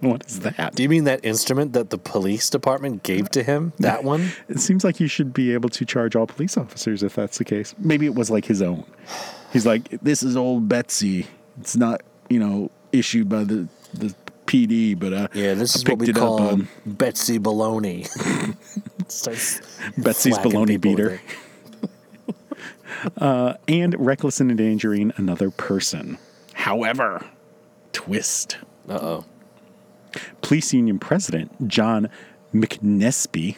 Speaker 2: what is that?
Speaker 1: Do you mean that instrument that the police department gave to him? That one?
Speaker 2: It seems like you should be able to charge all police officers if that's the case. Maybe it was like his own. He's like, this is old Betsy. It's not, you know, issued by the, the PD, but I,
Speaker 1: Yeah, this
Speaker 2: I
Speaker 1: is what we
Speaker 2: picked it up um,
Speaker 1: call
Speaker 2: on
Speaker 1: Betsy Baloney. Starts
Speaker 2: Betsy's
Speaker 1: whacking
Speaker 2: bologna
Speaker 1: people with
Speaker 2: beater.
Speaker 1: it.
Speaker 2: and reckless in endangering another person. However, twist.
Speaker 1: Uh oh.
Speaker 2: Police union president John McNesby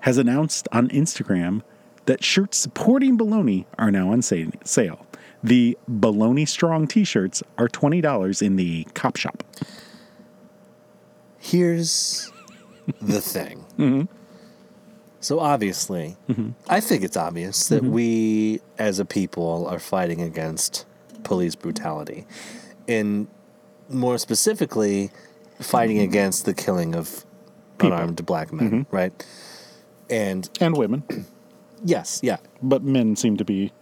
Speaker 2: has announced on Instagram that shirts supporting Baloney are now on sa- sale. The Baloney Strong t shirts are $20 in the cop shop.
Speaker 1: Here's the thing.
Speaker 2: Mm-hmm.
Speaker 1: So obviously, I think it's obvious
Speaker 2: Mm-hmm.
Speaker 1: that we as a people are fighting against police brutality. And more specifically, fighting against the killing of unarmed black men,
Speaker 2: Mm-hmm.
Speaker 1: right? And
Speaker 2: And women,
Speaker 1: yes, yeah,
Speaker 2: but men seem to be,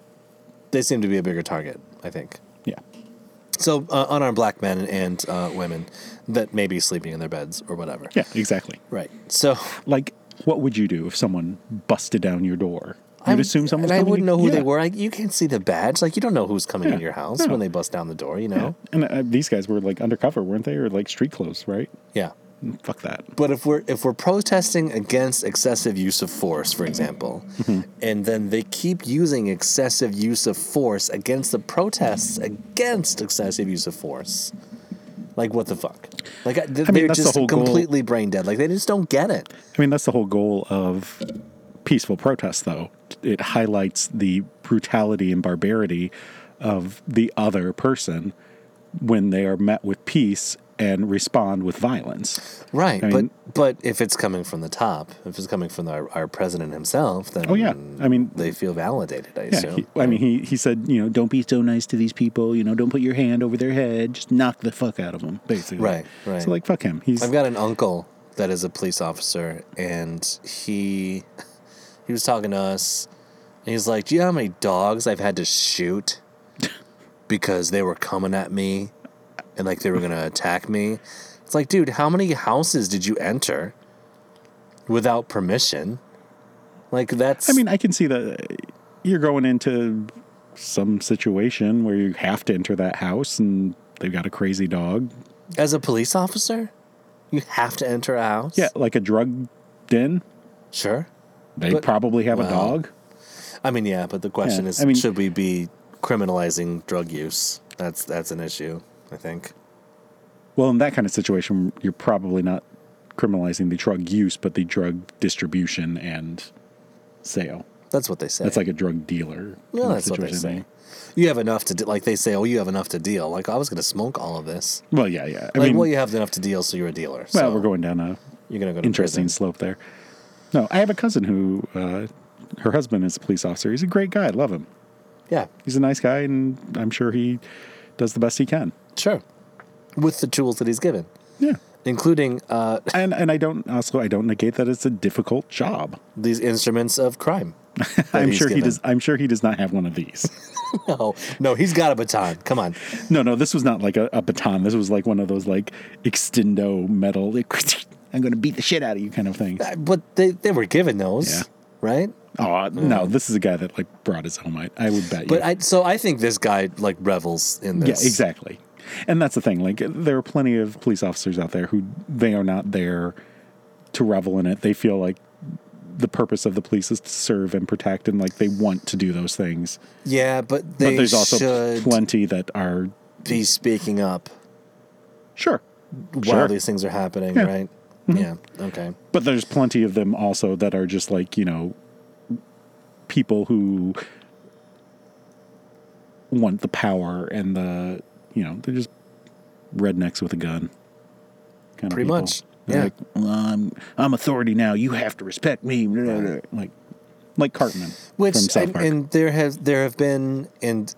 Speaker 1: they seem to be a bigger target, I think.
Speaker 2: yeah.
Speaker 1: So uh, unarmed black men and uh, women that may be sleeping in their beds or whatever.
Speaker 2: Yeah, exactly.
Speaker 1: Right. So
Speaker 2: Like, what would you do if someone busted down your door? You'd
Speaker 1: I'm-
Speaker 2: assume someone's
Speaker 1: And I
Speaker 2: coming to-
Speaker 1: wouldn't know who they
Speaker 2: Yeah.
Speaker 1: were. I, you can't see the badge. Like you don't know who's coming
Speaker 2: Yeah.
Speaker 1: in your house
Speaker 2: No. Oh.
Speaker 1: when they bust down the door. You know.
Speaker 2: And uh, these guys were like undercover, weren't they? Or like street clothes, right?
Speaker 1: Yeah.
Speaker 2: Fuck that.
Speaker 1: But if we're if we're protesting against excessive use of force, for example,
Speaker 2: Mm-hmm.
Speaker 1: and then they keep using excessive use of force against the protests against excessive use of force, like what the fuck? Like I- th-
Speaker 2: I mean,
Speaker 1: they're
Speaker 2: that's the
Speaker 1: just
Speaker 2: whole goal.
Speaker 1: completely brain dead. Like they just don't get it.
Speaker 2: I mean, that's the whole goal of peaceful protest, though. It highlights the brutality and barbarity of the other person when they are met with peace and respond with violence.
Speaker 1: Right,
Speaker 2: I mean-
Speaker 1: but but if it's coming from the top, if it's coming from our, our president himself, then
Speaker 2: Oh, yeah. I mean-
Speaker 1: they feel validated. I
Speaker 2: Yeah,
Speaker 1: assume.
Speaker 2: he, I mean, he, he said, you know, don't be so nice to these people. You know, don't put your hand over their head. Just knock the fuck out of them, basically.
Speaker 1: Right, right.
Speaker 2: So, like, fuck him. He's
Speaker 1: I've got an uncle that is a police officer, and he he was talking to us, and he's like, "Do you know how many dogs I've had to shoot because they were coming at me, and like they were gonna attack me?" It's like, dude, how many houses did you enter without permission? Like that's.
Speaker 2: I mean, I can see that you're going into some situation where you have to enter that house and they've got a crazy dog.
Speaker 1: as a police officer, you have to enter a house.
Speaker 2: Yeah, like a drug den.
Speaker 1: sure.
Speaker 2: They
Speaker 1: But-
Speaker 2: probably have a
Speaker 1: well,
Speaker 2: dog.
Speaker 1: I mean, yeah, but the question
Speaker 2: Yeah,
Speaker 1: is,
Speaker 2: I mean-
Speaker 1: should we be criminalizing drug use? That's that's an issue, I think.
Speaker 2: Well, in that kind of situation, you're probably not criminalizing the drug use, but the drug distribution and sale.
Speaker 1: That's what they say.
Speaker 2: That's like a drug dealer.
Speaker 1: no,
Speaker 2: kind of
Speaker 1: that's what they
Speaker 2: situation,
Speaker 1: say.
Speaker 2: right?
Speaker 1: You have enough to de- like they say. Oh, you have enough to deal. Like I was gonna smoke all of this.
Speaker 2: Well, yeah, yeah. I
Speaker 1: Like,
Speaker 2: mean,
Speaker 1: well,
Speaker 2: well,
Speaker 1: you have enough to deal, so you're a dealer. So
Speaker 2: we're going down a
Speaker 1: You're gonna go to
Speaker 2: interesting
Speaker 1: prison.
Speaker 2: slope there. No, I have a cousin who, uh, her husband is a police officer. He's a great guy. I love him.
Speaker 1: Yeah,
Speaker 2: he's a nice guy, and I'm sure he does the best he can.
Speaker 1: sure. With the tools that he's given,
Speaker 2: Yeah,
Speaker 1: including uh,
Speaker 2: and and I don't also I don't negate that it's a difficult job.
Speaker 1: these instruments of crime. that
Speaker 2: I'm
Speaker 1: he's
Speaker 2: sure he
Speaker 1: given.
Speaker 2: does. I'm sure he does not have one of these.
Speaker 1: No, no, he's got a baton. Come on.
Speaker 2: no, no, this was not like a, a baton. This was like one of those like extendo metal. Like, I'm going to beat the shit out of you, kind of thing.
Speaker 1: Uh, But they, they were given those,
Speaker 2: Yeah.
Speaker 1: right?
Speaker 2: Oh no, this is a guy that like brought his own might. I would bet you.
Speaker 1: But I so I think this guy like revels in
Speaker 2: Yeah,
Speaker 1: this.
Speaker 2: exactly. And that's the thing. Like, there are plenty of police officers out there who they are not there to revel in it. They feel like the purpose of the police is to serve and protect, and like they want to do those things.
Speaker 1: Yeah, but they
Speaker 2: but there's also
Speaker 1: should
Speaker 2: plenty that are
Speaker 1: be speaking up
Speaker 2: sure,
Speaker 1: while
Speaker 2: sure.
Speaker 1: these things are happening,
Speaker 2: Yeah. Mm-hmm.
Speaker 1: right? Yeah. Okay.
Speaker 2: But there's plenty of them also that are just like you know people who want the power and the you know they're just rednecks with a gun. Kind
Speaker 1: Pretty
Speaker 2: people.
Speaker 1: much,
Speaker 2: They're
Speaker 1: yeah.
Speaker 2: Like, well, I'm I'm authority now. You have to respect me. Blah, blah, blah. Like like Cartman
Speaker 1: Which
Speaker 2: from South
Speaker 1: and,
Speaker 2: Park.
Speaker 1: and there have there have been and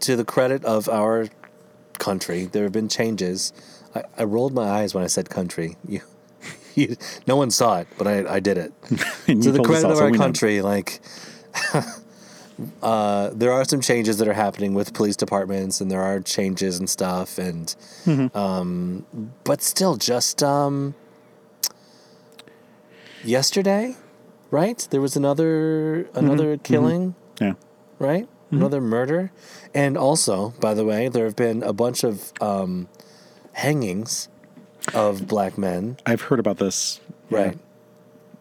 Speaker 1: to the credit of our country, there have been changes. I, I rolled my eyes when I said country. You, you no one saw it, but I, I did it.
Speaker 2: And
Speaker 1: to
Speaker 2: you
Speaker 1: the
Speaker 2: told us
Speaker 1: credit of
Speaker 2: also,
Speaker 1: our
Speaker 2: we know.
Speaker 1: country, like uh, there are some changes that are happening with police departments, and there are changes and stuff, and
Speaker 2: Mm-hmm.
Speaker 1: um, but still, just um, yesterday, right? There was another another
Speaker 2: Mm-hmm.
Speaker 1: killing
Speaker 2: Yeah.
Speaker 1: right?
Speaker 2: Mm-hmm.
Speaker 1: Another murder. And also, by the way, there have been a bunch of um, hangings of black men,
Speaker 2: I've heard about this. yeah.
Speaker 1: right?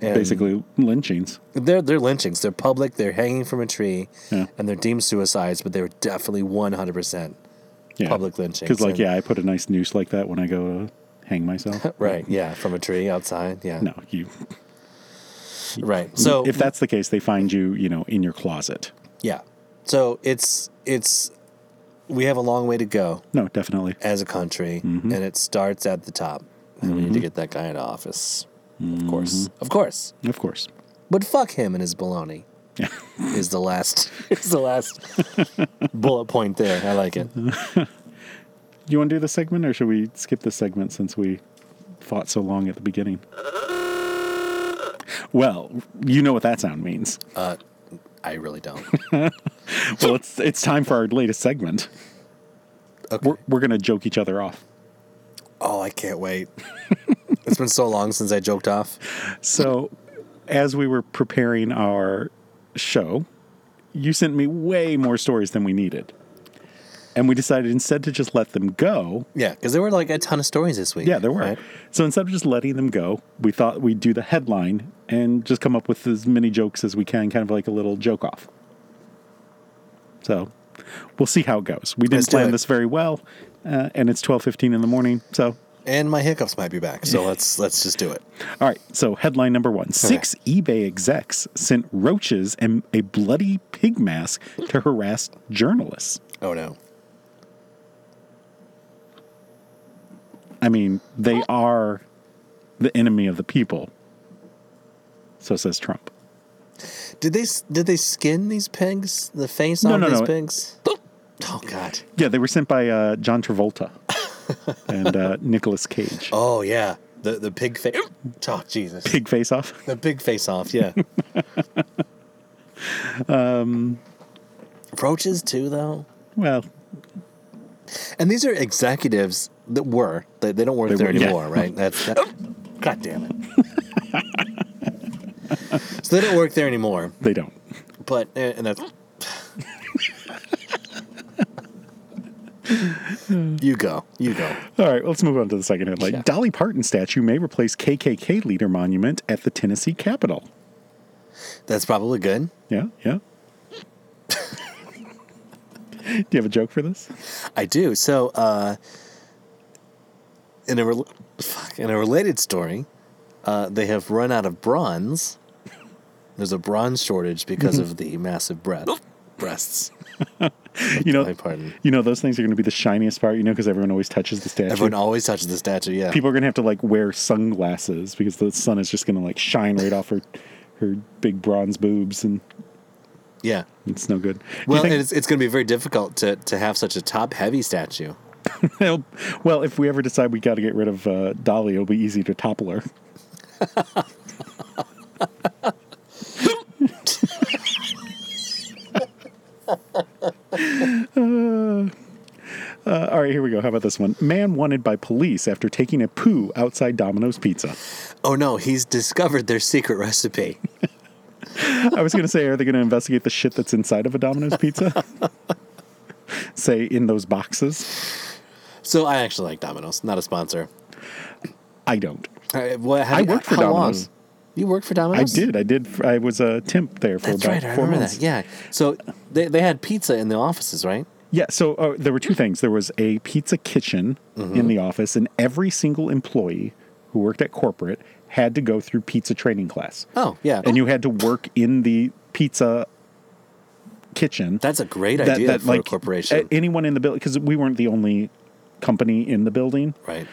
Speaker 1: And
Speaker 2: Basically lynchings.
Speaker 1: they're they're lynchings. They're public. They're hanging from a tree,
Speaker 2: Yeah.
Speaker 1: and they're deemed suicides. But they were definitely one hundred percent
Speaker 2: Yeah.
Speaker 1: public lynchings.
Speaker 2: Because like
Speaker 1: and-
Speaker 2: yeah, I put a nice noose like that when I go to hang myself.
Speaker 1: right, yeah, from a tree outside, yeah,
Speaker 2: No, you
Speaker 1: right. So
Speaker 2: if that's the case, they find you, you know, in your closet.
Speaker 1: yeah, so it's it's we have a long way to go
Speaker 2: No, definitely.
Speaker 1: as a country,
Speaker 2: Mm-hmm.
Speaker 1: and it starts at the top. And we need to get that guy into office,
Speaker 2: Mm-hmm.
Speaker 1: of course, of course.
Speaker 2: Of course.
Speaker 1: But fuck him and his baloney.
Speaker 2: Yeah.
Speaker 1: Is the last is the last bullet point there. I like it.
Speaker 2: You want to do the segment or should we skip the segment since we fought so long at the beginning? Well, you know what that sound means.
Speaker 1: I really don't.
Speaker 2: Well, it's it's time for our latest segment.
Speaker 1: Okay.
Speaker 2: We're we're going to joke each other off.
Speaker 1: Oh, I can't wait. it's been so long since I joked off.
Speaker 2: So, as we were preparing our show, you sent me way more stories than we needed. And we decided instead to just let them go.
Speaker 1: Yeah, because there were like a ton of stories this week.
Speaker 2: Yeah, there were.
Speaker 1: right?
Speaker 2: So instead of just letting them go, we thought we'd do the headline and just come up with as many jokes as we can, kind of like a little joke off. So we'll see how it goes. We didn't
Speaker 1: Let's do
Speaker 2: plan
Speaker 1: it.
Speaker 2: this very well, uh, and it's twelve fifteen in the morning. So
Speaker 1: And my hiccups might be back, so let's let's just do it.
Speaker 2: all right. So headline number one: Six eBay execs sent roaches and a bloody pig mask to harass journalists.
Speaker 1: Oh no.
Speaker 2: I mean, they are the enemy of the people. So says Trump.
Speaker 1: Did they s- did they skin these pigs? The face
Speaker 2: No,
Speaker 1: on
Speaker 2: no,
Speaker 1: these
Speaker 2: no.
Speaker 1: pigs? Oh god.
Speaker 2: Yeah, they were sent by uh, John Travolta and uh, Nicolas Cage.
Speaker 1: Oh yeah. The the pig face. Oh Jesus.
Speaker 2: Pig face off.
Speaker 1: The pig face off. Yeah. um.
Speaker 2: Um.
Speaker 1: Roaches too though.
Speaker 2: Well,
Speaker 1: And these are executives that were. They, they don't work
Speaker 2: They
Speaker 1: there
Speaker 2: were- yeah.
Speaker 1: anymore, right? That's that, God damn it. so they don't work there anymore,
Speaker 2: they don't.
Speaker 1: but eh, and that's You go. You go.
Speaker 2: All right, let's move on to the second headline.
Speaker 1: Yeah.
Speaker 2: Dolly Parton statue may replace KKK leader monument at the Tennessee Capitol.
Speaker 1: That's probably good.
Speaker 2: Yeah, yeah. Do you have a joke for this?
Speaker 1: I do. So, uh, in a rel fuck, in a related story, uh, they have run out of bronze. There's a bronze shortage because
Speaker 2: Mm-hmm.
Speaker 1: of the massive breast breasts.
Speaker 2: You know,
Speaker 1: Dolly Parton.
Speaker 2: you know those things are going to be the shiniest part. You know, because everyone always touches the statue.
Speaker 1: Everyone always touches the statue. Yeah,
Speaker 2: people are gonna have to like wear sunglasses because the sun is just gonna like shine right off her her big bronze boobs and
Speaker 1: yeah.
Speaker 2: it's no good. Do you
Speaker 1: Well,
Speaker 2: think-
Speaker 1: and it's, it's going to be very difficult to, to have such a top heavy statue.
Speaker 2: well, well, if we ever decide we got to get rid of uh, Dolly, it'll be easy to topple her. Uh, all right, here we go. How about this one? Man wanted by police after taking a poo outside Domino's Pizza.
Speaker 1: Oh no, he's discovered their secret recipe.
Speaker 2: I was going to say, are they going to investigate the shit that's inside of a Domino's pizza? say in those boxes?
Speaker 1: So I actually like Domino's, not a sponsor.
Speaker 2: I don't.
Speaker 1: All right, well, how,
Speaker 2: I worked for
Speaker 1: how long?
Speaker 2: Domino's.
Speaker 1: You worked for
Speaker 2: I
Speaker 1: Domino's?
Speaker 2: did. I did. I was a temp there for
Speaker 1: That's
Speaker 2: about
Speaker 1: right. I
Speaker 2: four
Speaker 1: remember
Speaker 2: months.
Speaker 1: that. Yeah. So they, they had pizza in the offices, right?
Speaker 2: Yeah, so uh, there were two things. There was a pizza kitchen in the office, and every single employee who worked at corporate had to go through pizza training class.
Speaker 1: Oh, yeah.
Speaker 2: And you had to work in the pizza kitchen.
Speaker 1: That's a great idea for a corporation,
Speaker 2: a- Anyone in the building, because we weren't the only company in the building.
Speaker 1: right?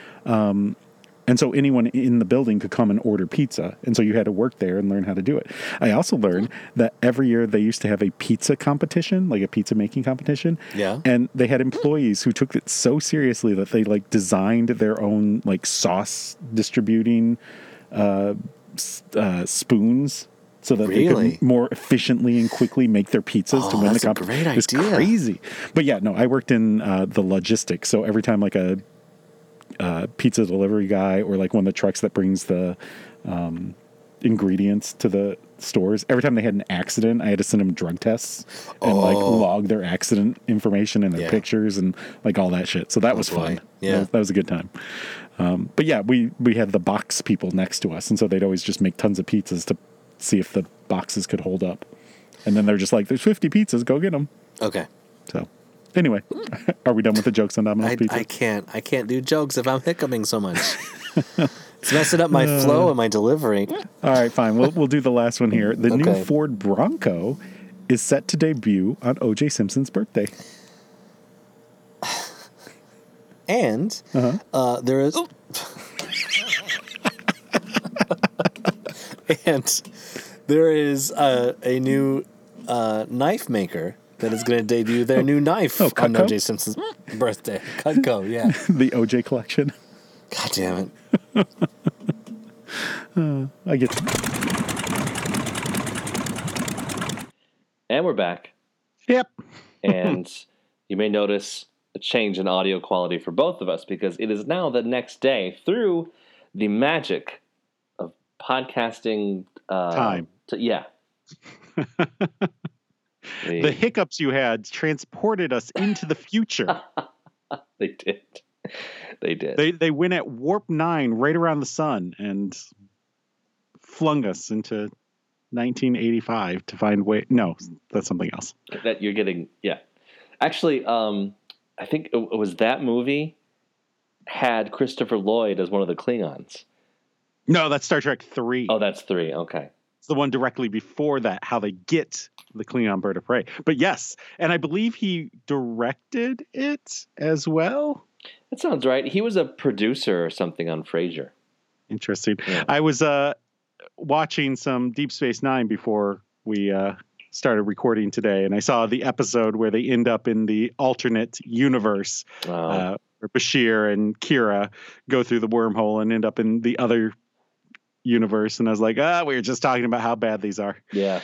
Speaker 2: And so anyone in the building could come and order pizza. And so you had to work there and learn how to do it. I also learned that every year they used to have a pizza competition, like a pizza making competition.
Speaker 1: Yeah.
Speaker 2: And they had employees who took it so seriously that they like designed their own like sauce distributing uh, s- uh, spoons so that they
Speaker 1: Really?
Speaker 2: could more efficiently and quickly make their pizzas to
Speaker 1: Oh,
Speaker 2: win
Speaker 1: that's
Speaker 2: the
Speaker 1: a
Speaker 2: competition.
Speaker 1: great
Speaker 2: It was
Speaker 1: idea.
Speaker 2: crazy. But yeah, no, I worked in uh, the logistics. So every time like a uh, pizza delivery guy or like one of the trucks that brings the um, ingredients to the stores. Every time they had an accident, I had to send them drug tests and like log their accident information and their
Speaker 1: Oh. Yeah.
Speaker 2: pictures and like all that shit. So that was
Speaker 1: boy.
Speaker 2: fun.
Speaker 1: Yeah.
Speaker 2: That, that was a good time. Um, but yeah, we we had the box people next to us, and so they'd always just make tons of pizzas to see if the boxes could hold up. And then they're just like, "There's 50 pizzas, go get them."
Speaker 1: Okay.
Speaker 2: So. Anyway, are we done with the jokes on Domino's
Speaker 1: Hmm. I,
Speaker 2: Pizza?
Speaker 1: I can't I can't do jokes if I'm hiccuping so much. it's messing up my
Speaker 2: Uh,
Speaker 1: flow and my delivery.
Speaker 2: All right, fine. We'll, we'll do the last one here. The new
Speaker 1: Okay.
Speaker 2: Ford Bronco is set to debut on OJ Simpson's birthday.
Speaker 1: And
Speaker 2: Uh-huh.
Speaker 1: uh there is. and there is uh, a new uh, knife maker that is going to debut their new knife
Speaker 2: Oh,
Speaker 1: on
Speaker 2: Cutco?
Speaker 1: OJ Simpson's birthday. Cutco, yeah.
Speaker 2: The OJ collection.
Speaker 1: God damn it.
Speaker 2: I get
Speaker 3: And we're back.
Speaker 2: Yep.
Speaker 3: And you may notice a change in audio quality for both of us because it is now the next day through the magic of podcasting uh,
Speaker 2: Time.
Speaker 3: t- yeah. They,
Speaker 2: The hiccups you had transported us into the future.
Speaker 3: they did. They did.
Speaker 2: they they went at warp nine right around the sun and flung us into 1985 to find way. No, that's something else.
Speaker 3: that you're getting yeah actually um i think it, it was that movie had christopher lloyd as one of the klingons
Speaker 2: No, that's Star Trek three.
Speaker 3: oh that's three okay
Speaker 2: It's the one directly before that, how they get the Klingon bird of prey. But yes, and I believe he directed it as well.
Speaker 3: that sounds right he was a producer or something on frasier
Speaker 2: Interesting.
Speaker 3: Yeah.
Speaker 2: I was uh, watching some Deep Space Nine before we uh, started recording today, and I saw the episode where they end up in the alternate universe
Speaker 3: uh,
Speaker 2: uh, where Bashir and Kira go through the wormhole and end up in the other universe. And I was like, ah, we were just talking about how bad these are.
Speaker 3: yeah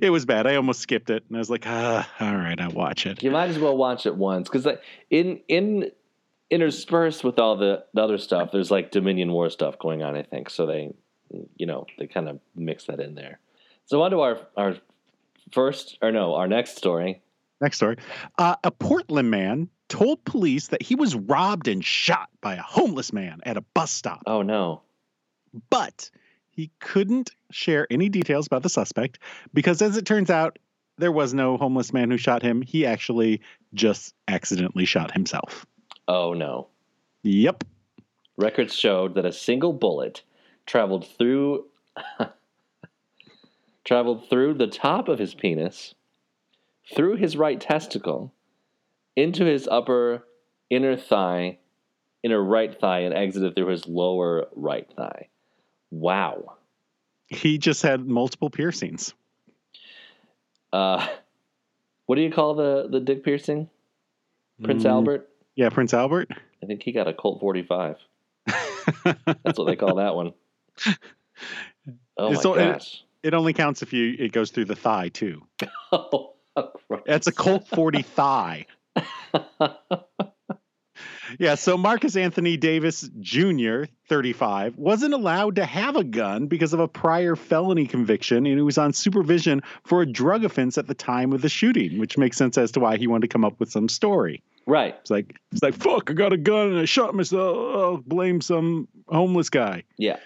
Speaker 2: it was bad. I almost skipped it, and I was like, ah, all right, I'll watch it.
Speaker 3: you might as well watch it once because like in in interspersed with all the, the other stuff there's like dominion war stuff going on i think so they you know they kind of mix that in there so on to our our first or no our next story
Speaker 2: Next story. Uh, a Portland man told police that he was robbed and shot by a homeless man at a bus stop,
Speaker 3: oh no
Speaker 2: but he couldn't share any details about the suspect because, as it turns out, there was no homeless man who shot him. He actually just accidentally shot himself.
Speaker 3: oh no
Speaker 2: Yep.
Speaker 3: records showed that a single bullet traveled through traveled through the top of his penis, through his right testicle, into his upper inner thigh, inner right thigh, and exited through his lower right thigh. Wow.
Speaker 2: He just had multiple piercings.
Speaker 3: Uh, what do you call the the dick piercing? Prince
Speaker 2: Mm,
Speaker 3: Albert.
Speaker 2: Yeah, Prince Albert.
Speaker 3: I think he got a Colt 45. That's what they call that one. Oh my
Speaker 2: It's all- it-
Speaker 3: gosh.
Speaker 2: It only counts if you it goes through the thigh too.
Speaker 3: Oh, gross.
Speaker 2: That's a Colt 40 thigh. Yeah, so Marcus Anthony Davis Jr., 35, wasn't allowed to have a gun because of a prior felony conviction, and he was on supervision for a drug offense at the time of the shooting, which makes sense as to why he wanted to come up with some story.
Speaker 3: right.
Speaker 2: It's like, it's like, fuck, I got a gun and I shot myself. I'll blame some homeless guy.
Speaker 3: Yeah.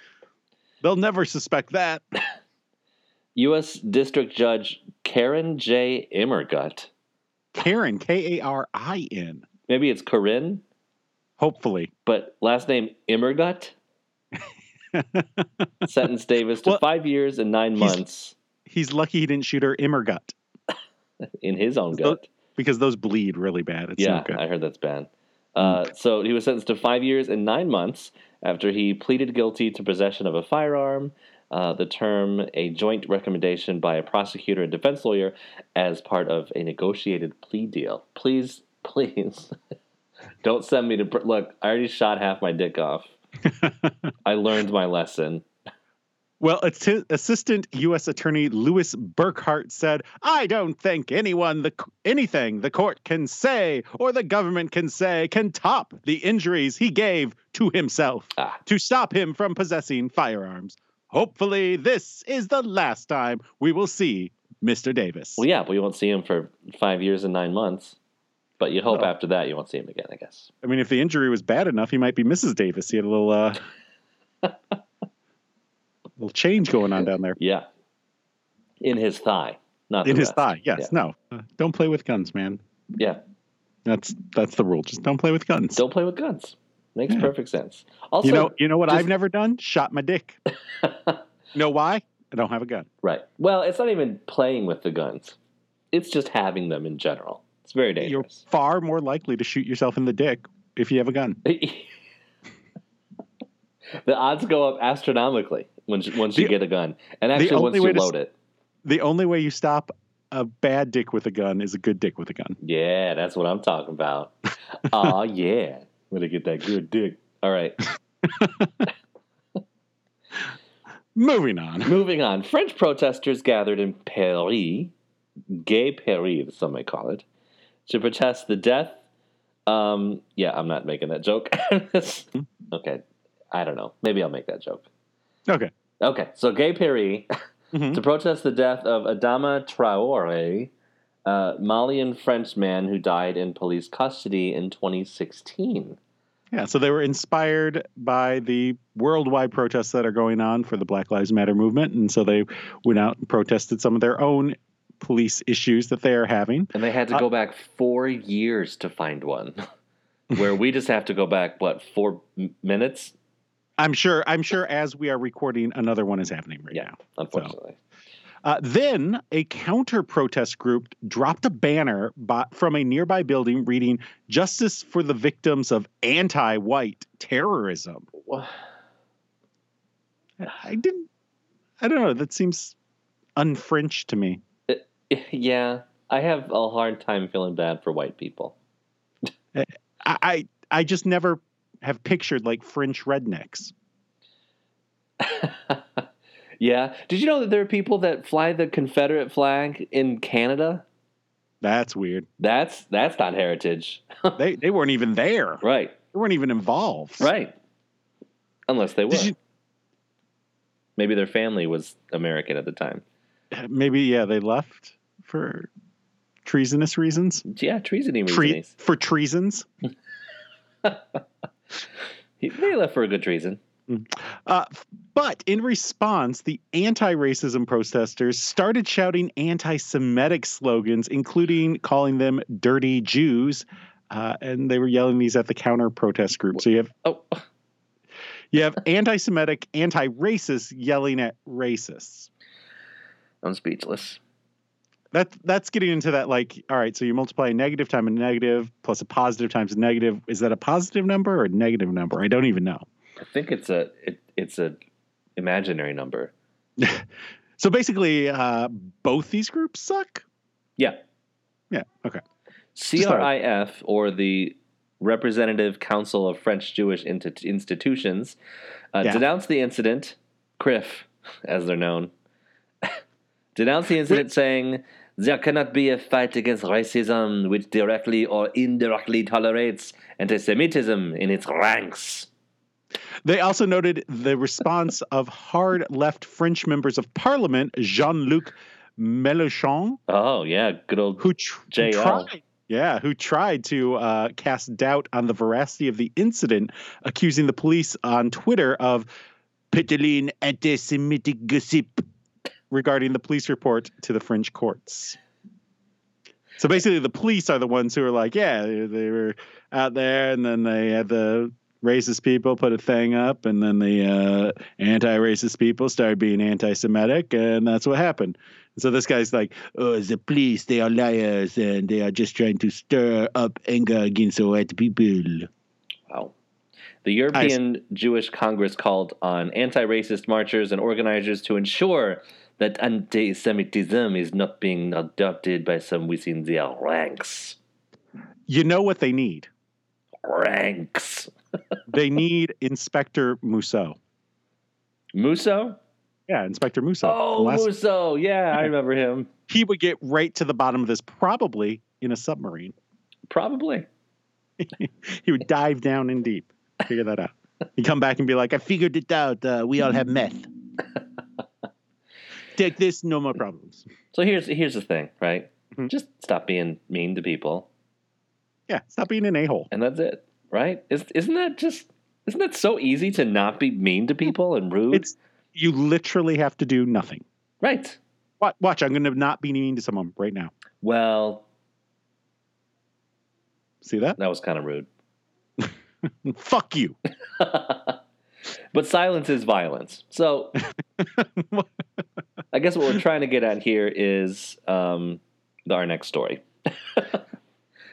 Speaker 2: They'll never suspect that.
Speaker 3: U.S. District Judge Karen J. Immergut.
Speaker 2: Karen, K A R I N,
Speaker 3: Maybe it's Corinne,
Speaker 2: hopefully.
Speaker 3: but last name Immergut. sentenced Davis to
Speaker 2: Well,
Speaker 3: five years and nine
Speaker 2: he's-
Speaker 3: months
Speaker 2: He's lucky he didn't shoot her Immergut
Speaker 3: in his own gut.
Speaker 2: because those bleed really bad. It's
Speaker 3: Yeah,
Speaker 2: not good. Hmm.
Speaker 3: I heard that's bad. Uh, so he was sentenced to five years and nine months after he pleaded guilty to possession of a firearm. Uh, the term a joint recommendation by a prosecutor and defense lawyer as part of a negotiated plea deal. Please, please, don't send me to. pr- Look, I already shot half my dick off. I learned my lesson.
Speaker 2: Well, atti- Assistant U.S. Attorney Louis Burkhart said, "I don't think anyone, the c- anything the court can say or the government can say can top the injuries he gave to himself
Speaker 3: Ah.
Speaker 2: to stop him from possessing firearms. Hopefully, this is the last time we will see Mr. Davis."
Speaker 3: Well, yeah, but you won't see him for five years and nine months. But you hope
Speaker 2: No.
Speaker 3: after that you won't see him again, I guess.
Speaker 2: I mean, if the injury was bad enough, he might be Mrs. Davis. He had a little, uh, little change going on down there
Speaker 3: Yeah. In his thigh, not
Speaker 2: in
Speaker 3: the
Speaker 2: his
Speaker 3: rest.
Speaker 2: thigh. Yes, no, Uh, don't play with guns, man.
Speaker 3: Yeah.
Speaker 2: That's that's the rule. Just don't play with guns.
Speaker 3: Don't play with guns. Makes
Speaker 2: Yeah.
Speaker 3: perfect sense. Also,
Speaker 2: you know, you know what
Speaker 3: just-
Speaker 2: I've never done? Shot my dick. know why? I don't have a gun.
Speaker 3: right. Well, it's not even playing with the guns. It's just having them in general. It's very
Speaker 2: You're
Speaker 3: dangerous.
Speaker 2: far more likely to shoot yourself in the dick if you have a gun.
Speaker 3: the odds go up astronomically once you- once you
Speaker 2: The-
Speaker 3: get a gun, and actually
Speaker 2: only
Speaker 3: once you
Speaker 2: way to
Speaker 3: load it.
Speaker 2: The only way you stop a bad dick with a gun is a good dick with a gun.
Speaker 3: Yeah, that's what I'm talking about. Aw, yeah. I'm going to get that good dick. All right.
Speaker 2: Moving on.
Speaker 3: Moving on. French protesters gathered in Paris, Gay Paris, as some may call it, to protest the death. Um, yeah, I'm not making that joke. okay. I don't know. Maybe I'll make that joke.
Speaker 2: Okay.
Speaker 3: Okay. So, Gay Paris to protest the death of Adama Traore, a Malian Frenchman who died in police custody in 2016.
Speaker 2: Yeah, so they were inspired by the worldwide protests that are going on for the Black Lives Matter movement. And so they went out and protested some of their own police issues that they are having.
Speaker 3: And they had to
Speaker 2: Uh,
Speaker 3: go back four years to find one, where we just have to go back, what, four m- minutes?
Speaker 2: I'm sure, I'm sure as we are recording, another one is happening right
Speaker 3: Yeah.
Speaker 2: now.
Speaker 3: Unfortunately.
Speaker 2: Uh, then a counter protest group dropped a banner by, from a nearby building reading Justice for the Victims of Anti White Terrorism.
Speaker 3: Wha-
Speaker 2: I didn't, I don't know, that seems unfrench to me.
Speaker 3: Yeah, I have a hard time feeling bad for white people.
Speaker 2: I, I, I just never have pictured like French rednecks.
Speaker 3: yeah. Did you know that there are people that fly the Confederate flag in Canada?
Speaker 2: That's weird.
Speaker 3: That's that's not heritage.
Speaker 2: They, they weren't even there, they
Speaker 3: Right.
Speaker 2: weren't even involved.
Speaker 3: Right. Unless they were.
Speaker 2: Did you,
Speaker 3: Maybe their family was American at the time.
Speaker 2: maybe, yeah, they left for treasonous reasons.
Speaker 3: Yeah, treasony
Speaker 2: Tre-
Speaker 3: reasons.
Speaker 2: for treasons.
Speaker 3: He they left for a good reason.
Speaker 2: Uh, but in response, the anti racism protesters started shouting anti Semitic slogans, including calling them dirty Jews. Uh, and they were yelling these at the counter protest group. So you have
Speaker 3: Oh,
Speaker 2: you have anti Semitic, anti racist yelling at racists.
Speaker 3: I'm speechless.
Speaker 2: That that's getting into that like, all right, so you multiply a negative times a negative plus a positive times a negative. Is that a positive number or a negative number? I don't even know.
Speaker 3: I think it's a it, it's a imaginary number.
Speaker 2: So basically, uh, both these groups suck.
Speaker 3: Yeah.
Speaker 2: Yeah, okay.
Speaker 3: CRIF, or the Representative Council of French Jewish Inti- Institutions, uh,
Speaker 2: Yeah.
Speaker 3: denounced the incident, CRIF, as they're known, denounced the incident saying, there cannot be a fight against racism which directly or indirectly tolerates anti Semitism in its ranks.
Speaker 2: They also noted the response of hard left French members of parliament, Jean Luc Mélenchon,
Speaker 3: Oh, yeah, good old.
Speaker 2: who, tr- who
Speaker 3: JL.
Speaker 2: tried. Yeah, who tried to uh, cast doubt on the veracity of the incident, accusing the police on Twitter of peddling anti-Semitic gossip regarding the police report to the French courts. So basically, the police are the ones who are like, yeah, they they were out there, and then they had the racist people put a thing up, and then the uh, anti-racist people started being anti-Semitic, and that's what happened. And so this guy's like, oh, the police, they are liars, and they are just trying to stir up anger against the white people.
Speaker 3: Wow. The European Jewish Congress called on anti racist marchers and organizers to ensure that anti Semitism is not being adopted by some within their ranks.
Speaker 2: You know what they need?
Speaker 3: Ranks.
Speaker 2: They need Inspector Musso.
Speaker 3: Musso?
Speaker 2: Yeah, Inspector Musso.
Speaker 3: Oh,
Speaker 2: Last-
Speaker 3: Musso. Yeah, I remember him.
Speaker 2: he would get right to the bottom of this, probably in a submarine.
Speaker 3: Probably.
Speaker 2: He would dive down in deep, figure that out. He'd come back and be like, I figured it out. Uh, we all have meth. Take this, no more problems.
Speaker 3: So here's here's the thing, right?
Speaker 2: Mhm.
Speaker 3: Just stop being mean to people,
Speaker 2: Yeah, stop being an a hole.
Speaker 3: and that's it, right? Is, isn't that just isn't that so easy to not be mean to people and rude?
Speaker 2: It's you literally have to do nothing.
Speaker 3: right.
Speaker 2: Watch, watch I'm going to not be mean to someone right now.
Speaker 3: Well,
Speaker 2: See that?
Speaker 3: that was kind of rude.
Speaker 2: Fuck you.
Speaker 3: but silence is violence. So I guess what we're trying to get at here is um, the- our next story.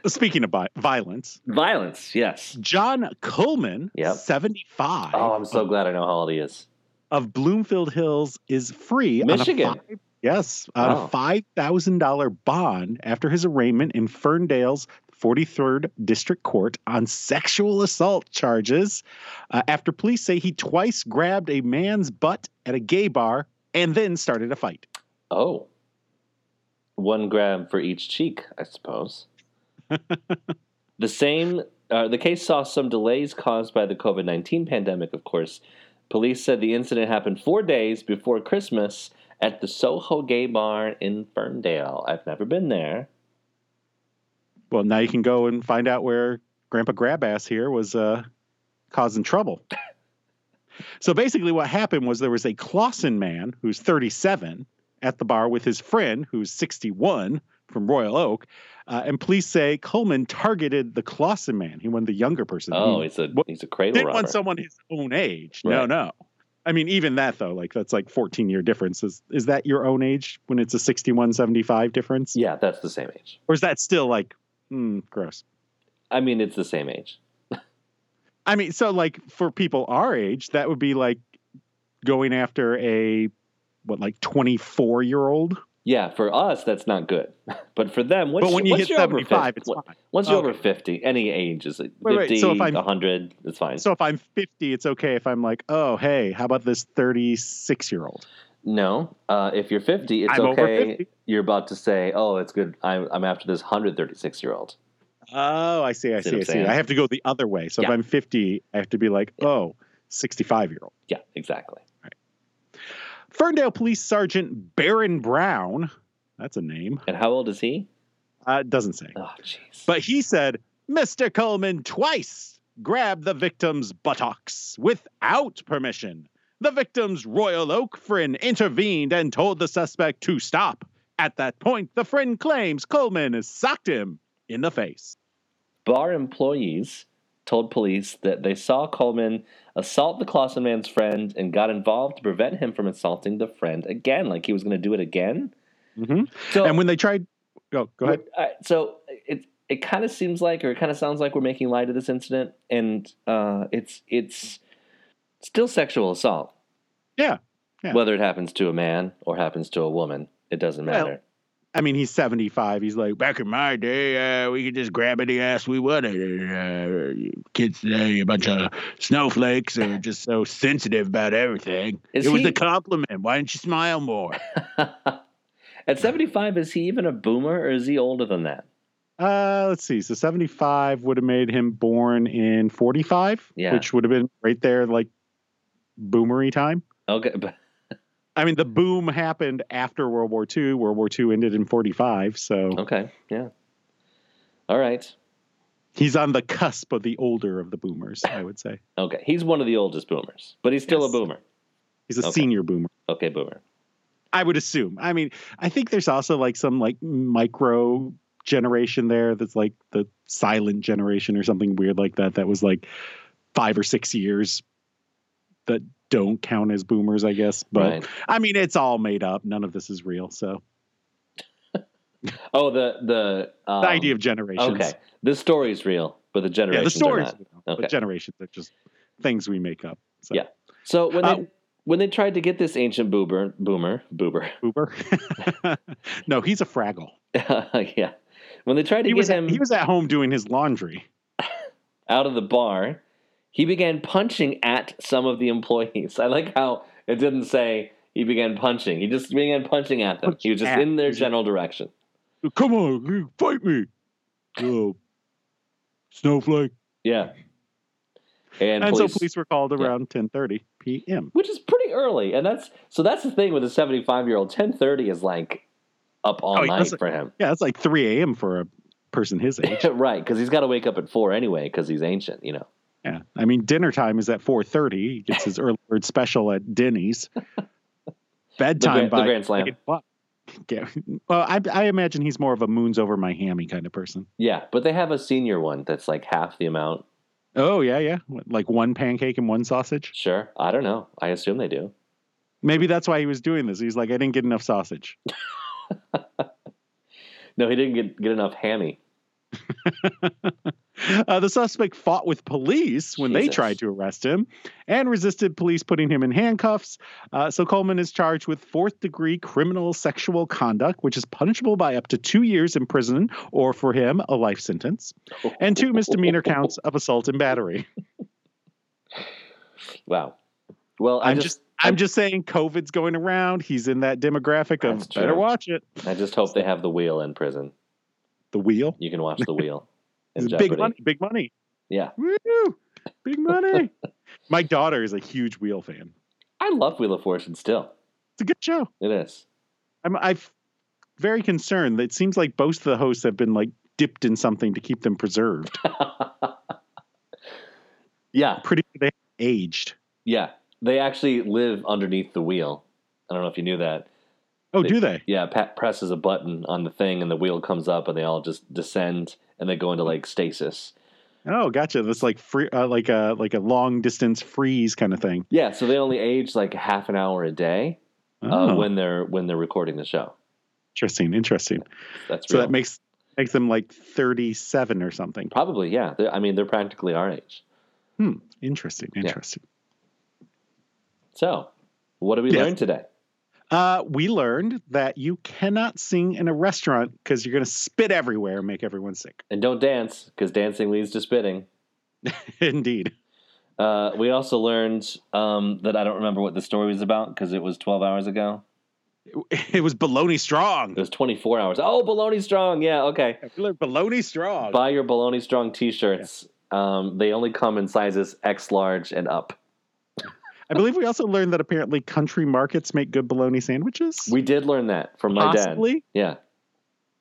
Speaker 2: Speaking of vi- violence,
Speaker 3: Violence, yes.
Speaker 2: John Coleman,
Speaker 3: Yep.
Speaker 2: 75,
Speaker 3: Oh, I'm so glad I know how old he is.
Speaker 2: of Bloomfield Hills is free. on a
Speaker 3: Michigan.
Speaker 2: fi- yes, on
Speaker 3: Wow.
Speaker 2: a $5,000 bond after his arraignment in Ferndale's 43rd District Court on sexual assault charges uh, after police say he twice grabbed a man's butt at a gay bar and then started a fight.
Speaker 3: Oh. One grab for each cheek, I suppose. the same, uh, the case saw some delays caused by the COVID 19 pandemic, of course. Police said the incident happened four days before Christmas at the Soho Gay Bar in Ferndale. I've never been there.
Speaker 2: Well, now you can go and find out where Grandpa Grabass here was uh, causing trouble. so basically, what happened was there was a Clausen man who's 37 at the bar with his friend who's 61 from Royal Oak. Uh, and police say Coleman targeted the Clausen man. He wanted the younger person.
Speaker 3: Oh,
Speaker 2: he
Speaker 3: he's a
Speaker 2: What-
Speaker 3: he's a cradle
Speaker 2: didn't
Speaker 3: robber.
Speaker 2: want someone his own age. No,
Speaker 3: Right.
Speaker 2: no. I mean, even that though, like that's like 14 year difference. Is is that your own age when it's a 61, 75 difference?
Speaker 3: yeah, that's the same age.
Speaker 2: Or is that still like, hmm, gross?
Speaker 3: I mean, it's the same age.
Speaker 2: I mean, so like for people our age, that would be like going after a what like 24 year old.
Speaker 3: Yeah, for us that's not good, but for them, once,
Speaker 2: But when you
Speaker 3: once
Speaker 2: hit
Speaker 3: you're over
Speaker 2: 75,
Speaker 3: 50
Speaker 2: it's fine.
Speaker 3: once you're
Speaker 2: Okay.
Speaker 3: over fifty, any age is like
Speaker 2: Wait, wait,
Speaker 3: fifty,
Speaker 2: so if I'm-
Speaker 3: hundred, it's fine.
Speaker 2: So if I'm 50, it's okay if I'm like, oh, hey, how about this 36 year old?
Speaker 3: no, uh, if you're fifty, it's
Speaker 2: I'm over
Speaker 3: okay.
Speaker 2: 50.
Speaker 3: You're about to say, "Oh, it's good. I'm, I'm after this hundred thirty six year old."
Speaker 2: Oh, I see, I see,
Speaker 3: See what
Speaker 2: I
Speaker 3: I'm
Speaker 2: see.
Speaker 3: saying?
Speaker 2: I have to go the other way. So
Speaker 3: Yeah.
Speaker 2: if I'm 50, I have to be like, oh, 65 year old.
Speaker 3: Yeah, exactly.
Speaker 2: Ferndale Police Sergeant Baron Brown, that's a name,
Speaker 3: And how old is he?
Speaker 2: uh, it doesn't say.
Speaker 3: Oh, jeez.
Speaker 2: But he said, Mr. Coleman twice grabbed the victim's buttocks without permission. The victim's Royal Oak friend intervened and told the suspect to stop. At that point, the friend claims Coleman has socked him in the face.
Speaker 3: bar employees told police that they saw Coleman assault the Clausen man's friend and got involved to prevent him from assaulting the friend again, like he was going to do it again. So,
Speaker 2: And when they tried, go go ahead.
Speaker 3: uh, so it it kind of seems like, or it kind of sounds like, we're making light of this incident, and uh, it's it's still sexual assault.
Speaker 2: Yeah, yeah.
Speaker 3: Whether it happens to a man or happens to a woman, it doesn't
Speaker 2: Well,
Speaker 3: matter.
Speaker 2: I mean, he's seventy five. He's like, back in my day, uh, we could just grab any ass we wanted. Uh, kids today, a bunch of snowflakes are just so sensitive about everything.
Speaker 3: Is
Speaker 2: it was
Speaker 3: he-
Speaker 2: a compliment. Why didn't you smile more?
Speaker 3: At seventy five, is he even a boomer, or is he older than that?
Speaker 2: Uh, let's see. So 75 would have made him born in 45,
Speaker 3: Yeah.
Speaker 2: which would have been right there, like boomery time.
Speaker 3: Okay, but
Speaker 2: I mean, the boom happened after World War II. World War II ended in 45. So
Speaker 3: Okay. Yeah. All right.
Speaker 2: he's on the cusp of the older of the boomers, I would say.
Speaker 3: Okay. He's one of the oldest boomers, but he's still
Speaker 2: Yes.
Speaker 3: a boomer.
Speaker 2: He's a
Speaker 3: Okay.
Speaker 2: senior boomer,
Speaker 3: Okay, boomer.
Speaker 2: I would assume. I mean, I think there's also like some like micro generation there that's like the silent generation or something weird like that, that was like five or six years that don't count as boomers, I guess. But.
Speaker 3: right.
Speaker 2: I mean, it's all made up. None of this is real. So
Speaker 3: Oh, the the, um,
Speaker 2: the idea of generations.
Speaker 3: Okay. This story is real, but the
Speaker 2: Yeah, the
Speaker 3: generations are
Speaker 2: stories.
Speaker 3: not.
Speaker 2: you know,
Speaker 3: Okay.
Speaker 2: But generations are just things we make up. So
Speaker 3: Yeah. So when
Speaker 2: Uh,
Speaker 3: they when they tried to get this ancient boomer boomer boomer,
Speaker 2: Uber. no, he's a Fraggle.
Speaker 3: yeah, when they tried to
Speaker 2: He
Speaker 3: get
Speaker 2: was
Speaker 3: him
Speaker 2: at, he was at home doing his laundry.
Speaker 3: out of the bar, he began punching at some of the employees. I like how it didn't say he began punching. He just began punching at them. He was just
Speaker 2: Punching at.
Speaker 3: in their general direction.
Speaker 2: Come on, you fight me, you snowflake.
Speaker 3: Yeah. And,
Speaker 2: And,
Speaker 3: police,
Speaker 2: so police were called
Speaker 3: Yeah.
Speaker 2: around 10:30 p.m.
Speaker 3: which is pretty early, and that's so that's the thing with a seventy-five-year-old. Ten thirty is like up all
Speaker 2: Oh, he
Speaker 3: night
Speaker 2: doesn't-
Speaker 3: for him,
Speaker 2: Yeah, that's like 3 a.m. for a person his age.
Speaker 3: right? Because he's got to wake up at four anyway, because he's ancient, you know.
Speaker 2: yeah, I mean dinner time is at 4:30. He gets his early bird special at Denny's.
Speaker 3: The,
Speaker 2: Bedtime
Speaker 3: grand, the
Speaker 2: by
Speaker 3: Grand Slam,
Speaker 2: Like, what? Yeah. Well, I, I imagine he's more of a moons over my hammy kind of person.
Speaker 3: yeah. But they have a senior one that's like half the amount.
Speaker 2: Oh yeah, yeah, What, like one pancake and one sausage.
Speaker 3: Sure, I don't know. I assume they do.
Speaker 2: Maybe that's why he was doing this. He's like, I didn't get enough sausage.
Speaker 3: No, he didn't get, get enough hammy.
Speaker 2: Uh, the suspect fought with police when they
Speaker 3: Jesus.
Speaker 2: tried to arrest him, and resisted police putting him in handcuffs. Uh, so Coleman is charged with fourth degree criminal sexual conduct, which is punishable by up to two years in prison, or for him, a life sentence, and two misdemeanor counts of assault and battery.
Speaker 3: Wow. Well, I
Speaker 2: I'm
Speaker 3: just,
Speaker 2: I'm just saying COVID's going around. He's in that demographic
Speaker 3: That's
Speaker 2: of
Speaker 3: true.
Speaker 2: better watch it.
Speaker 3: I just hope they have the wheel in prison.
Speaker 2: The wheel.
Speaker 3: You can watch the wheel. in
Speaker 2: It's
Speaker 3: Jeopardy.
Speaker 2: big money. Big money.
Speaker 3: Yeah,
Speaker 2: Woo! Big money. My daughter is a huge wheel fan.
Speaker 3: I love Wheel of Fortune still.
Speaker 2: It's a good show.
Speaker 3: It is.
Speaker 2: I'm I'm very concerned. that It seems like both of the hosts have been like dipped in something to keep them preserved.
Speaker 3: Yeah,
Speaker 2: Pretty sure they aged.
Speaker 3: yeah. They actually live underneath the wheel. I don't know if you knew that.
Speaker 2: Oh,
Speaker 3: They-
Speaker 2: do they?
Speaker 3: Yeah, Pat presses a button on the thing, and the wheel comes up, and they all just descend, and they go into like stasis.
Speaker 2: Oh, gotcha. That's like free, uh, like a like a long distance freeze kind of thing.
Speaker 3: Yeah, so they only age like half an hour a day uh,
Speaker 2: Oh,
Speaker 3: when they're when they're recording the show.
Speaker 2: interesting, interesting.
Speaker 3: That's
Speaker 2: So
Speaker 3: real.
Speaker 2: that makes makes them like thirty seven or something.
Speaker 3: probably yeah. They're, I mean, they're practically our age.
Speaker 2: Interesting, interesting.
Speaker 3: So, what did we
Speaker 2: Yes.
Speaker 3: learn today?
Speaker 2: Uh, we learned that you cannot sing in a restaurant because you're going to spit everywhere and make everyone sick.
Speaker 3: And don't dance because dancing leads to spitting.
Speaker 2: Indeed.
Speaker 3: Uh, we also learned um, that I don't remember what the story was about because it was 12 hours ago.
Speaker 2: It was baloney strong.
Speaker 3: It was 24 hours. Oh, Baloney Strong. Yeah, okay.
Speaker 2: I feel like Baloney strong.
Speaker 3: Buy your Baloney Strong t shirts. Um, they only come in sizes X large and up.
Speaker 2: I believe we also learned that apparently country markets make good bologna sandwiches.
Speaker 3: We did learn that from my
Speaker 2: Possibly.
Speaker 3: dad. Yeah.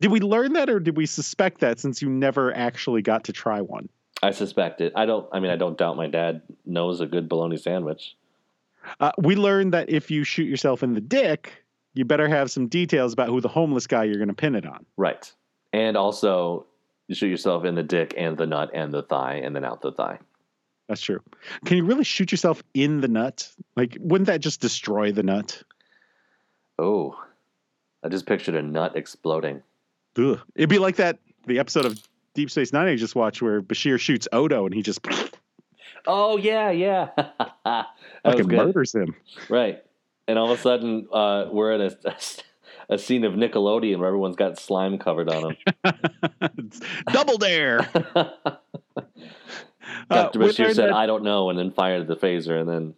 Speaker 2: Did we learn that or did we suspect that since you never actually got to try one?
Speaker 3: I suspect it. I don't, I mean, I don't doubt my dad knows a good bologna sandwich.
Speaker 2: Uh, we learned that if you shoot yourself in the dick, you better have some details about who the homeless guy you're going to pin it on.
Speaker 3: Right. And also, you shoot yourself in the dick and the nut and the thigh and then out the thigh.
Speaker 2: That's true. Can you really shoot yourself in the nut? Like, wouldn't that just destroy the nut?
Speaker 3: Oh, I just pictured a nut exploding.
Speaker 2: Ugh. It'd be like that the episode of Deep Space Nine I just watched where Bashir shoots Odo and he just
Speaker 3: Oh yeah, yeah. that was
Speaker 2: fucking
Speaker 3: good.
Speaker 2: murders him.
Speaker 3: Right. And all of a sudden, uh, we're at a, a, scene of Nickelodeon where everyone's got slime covered on them.
Speaker 2: It's Double dare. Uh,
Speaker 3: Dr.
Speaker 2: we
Speaker 3: Bashir
Speaker 2: learned
Speaker 3: said,
Speaker 2: that-
Speaker 3: I don't know, and then fired the phaser and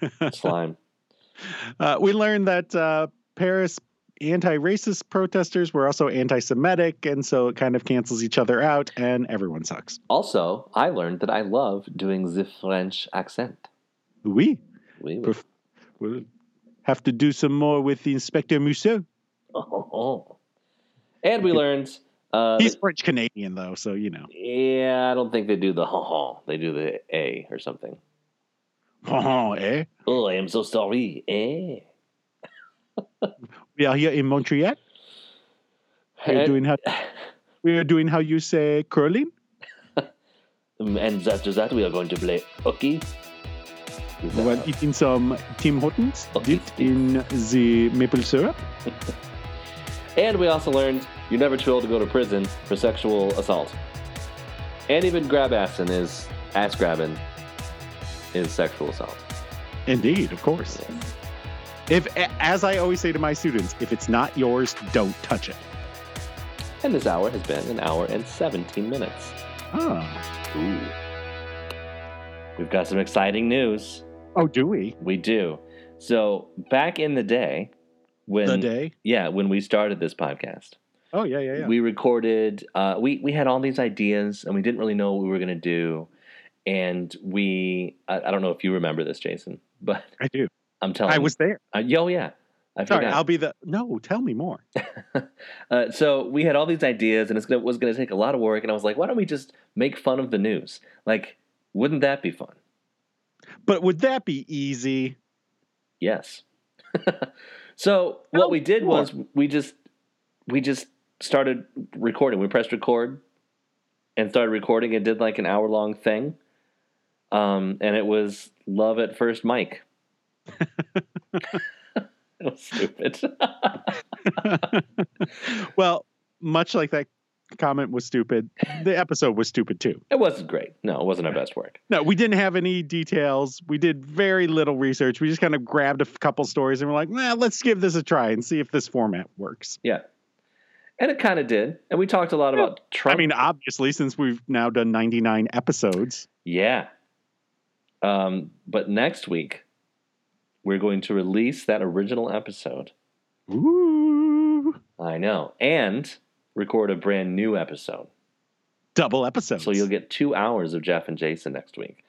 Speaker 3: then slime.
Speaker 2: Uh, we learned that uh, Paris anti-racist protesters were also anti-Semitic, and so it kind of cancels each other out, and everyone sucks.
Speaker 3: Also, I learned that I love doing the French accent.
Speaker 2: We
Speaker 3: Oui, oui.
Speaker 2: Perf- will have to do some more with the Inspector Mousseau.
Speaker 3: And we learned. Uh,
Speaker 2: He's
Speaker 3: that-
Speaker 2: French Canadian though, so you know.
Speaker 3: yeah, I don't think they do the ha ha. They do the A or something.
Speaker 2: Oh, eh?
Speaker 3: Oh, I am so sorry. Eh.
Speaker 2: We are here in Montreal. We are
Speaker 3: And-
Speaker 2: doing how we are doing how you say curling.
Speaker 3: Um, And after that, we are going to play Hooky.
Speaker 2: While eating some Tim Hortons
Speaker 3: Okay.
Speaker 2: dipped in the maple syrup.
Speaker 3: And we also learned you're never too old to go to prison for sexual assault. And even grab assing is ass grabbing is sexual assault.
Speaker 2: Indeed, of course. If, a- as I always say to my students, if it's not yours, don't touch it.
Speaker 3: And this hour has been an hour and 17 minutes.
Speaker 2: Oh,
Speaker 3: Ooh. We've got some exciting news.
Speaker 2: oh do we?
Speaker 3: We do. So back in the day, when
Speaker 2: the day?
Speaker 3: yeah, when we started this podcast,
Speaker 2: Oh, yeah, yeah, yeah.
Speaker 3: we recorded uh, we we had all these ideas and we didn't really know what we were going to do and we I, I don't know if you remember this jason but
Speaker 2: I do.
Speaker 3: i'm telling
Speaker 2: I was there.
Speaker 3: you, uh, yo yeah i
Speaker 2: Sorry,
Speaker 3: forgot
Speaker 2: I'll be the. No, tell me more.
Speaker 3: uh, so we had all these ideas and it's gonna, was going to take a lot of work and i was like why don't we just make fun of the news like wouldn't that be fun
Speaker 2: But would that be easy?
Speaker 3: yes
Speaker 2: Oh,
Speaker 3: so what we did was we just we just started recording we pressed record and started recording and did like an hour long thing um, and it was love at first mic it was stupid
Speaker 2: Well, much like that comment was stupid, the episode was stupid too.
Speaker 3: it wasn't great no it wasn't our best work
Speaker 2: No, we didn't have any details. We did very little research. We just kind of grabbed a f- couple stories and we're like, well, let's give this a try and see if this format works.
Speaker 3: yeah and it kind of did and we talked a lot about
Speaker 2: I
Speaker 3: trump
Speaker 2: mean, obviously, since we've now done 99 episodes.
Speaker 3: Yeah. Um, but next week, we're going to release that original episode.
Speaker 2: Ooh.
Speaker 3: I know. And record a brand new episode.
Speaker 2: Double episodes.
Speaker 3: So you'll get two hours of Jeff and Jason next week.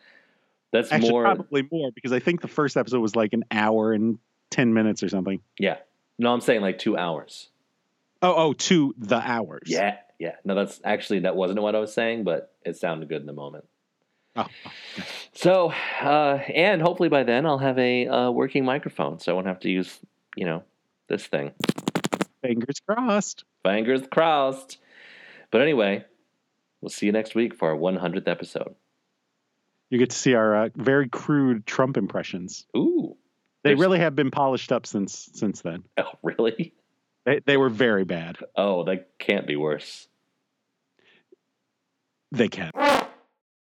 Speaker 3: That's
Speaker 2: Actually,
Speaker 3: more.
Speaker 2: probably more because I think the first episode was like an hour and 10 minutes or something.
Speaker 3: Yeah. No, I'm saying like two hours.
Speaker 2: Oh, oh, to the hours.
Speaker 3: Yeah, yeah. No, that's actually that wasn't what I was saying, but it sounded good in the moment.
Speaker 2: Oh,
Speaker 3: So, uh, and hopefully by then I'll have a uh, working microphone, so I won't have to use, you know, this thing.
Speaker 2: Fingers crossed.
Speaker 3: Fingers crossed. But anyway, we'll see you next week for our 100th episode.
Speaker 2: You get to see our uh, very crude Trump impressions.
Speaker 3: Ooh.
Speaker 2: They
Speaker 3: There's-
Speaker 2: really have been polished up since since then.
Speaker 3: Oh, really?
Speaker 2: They, they were very bad.
Speaker 3: Oh, that can't be worse.
Speaker 2: They can.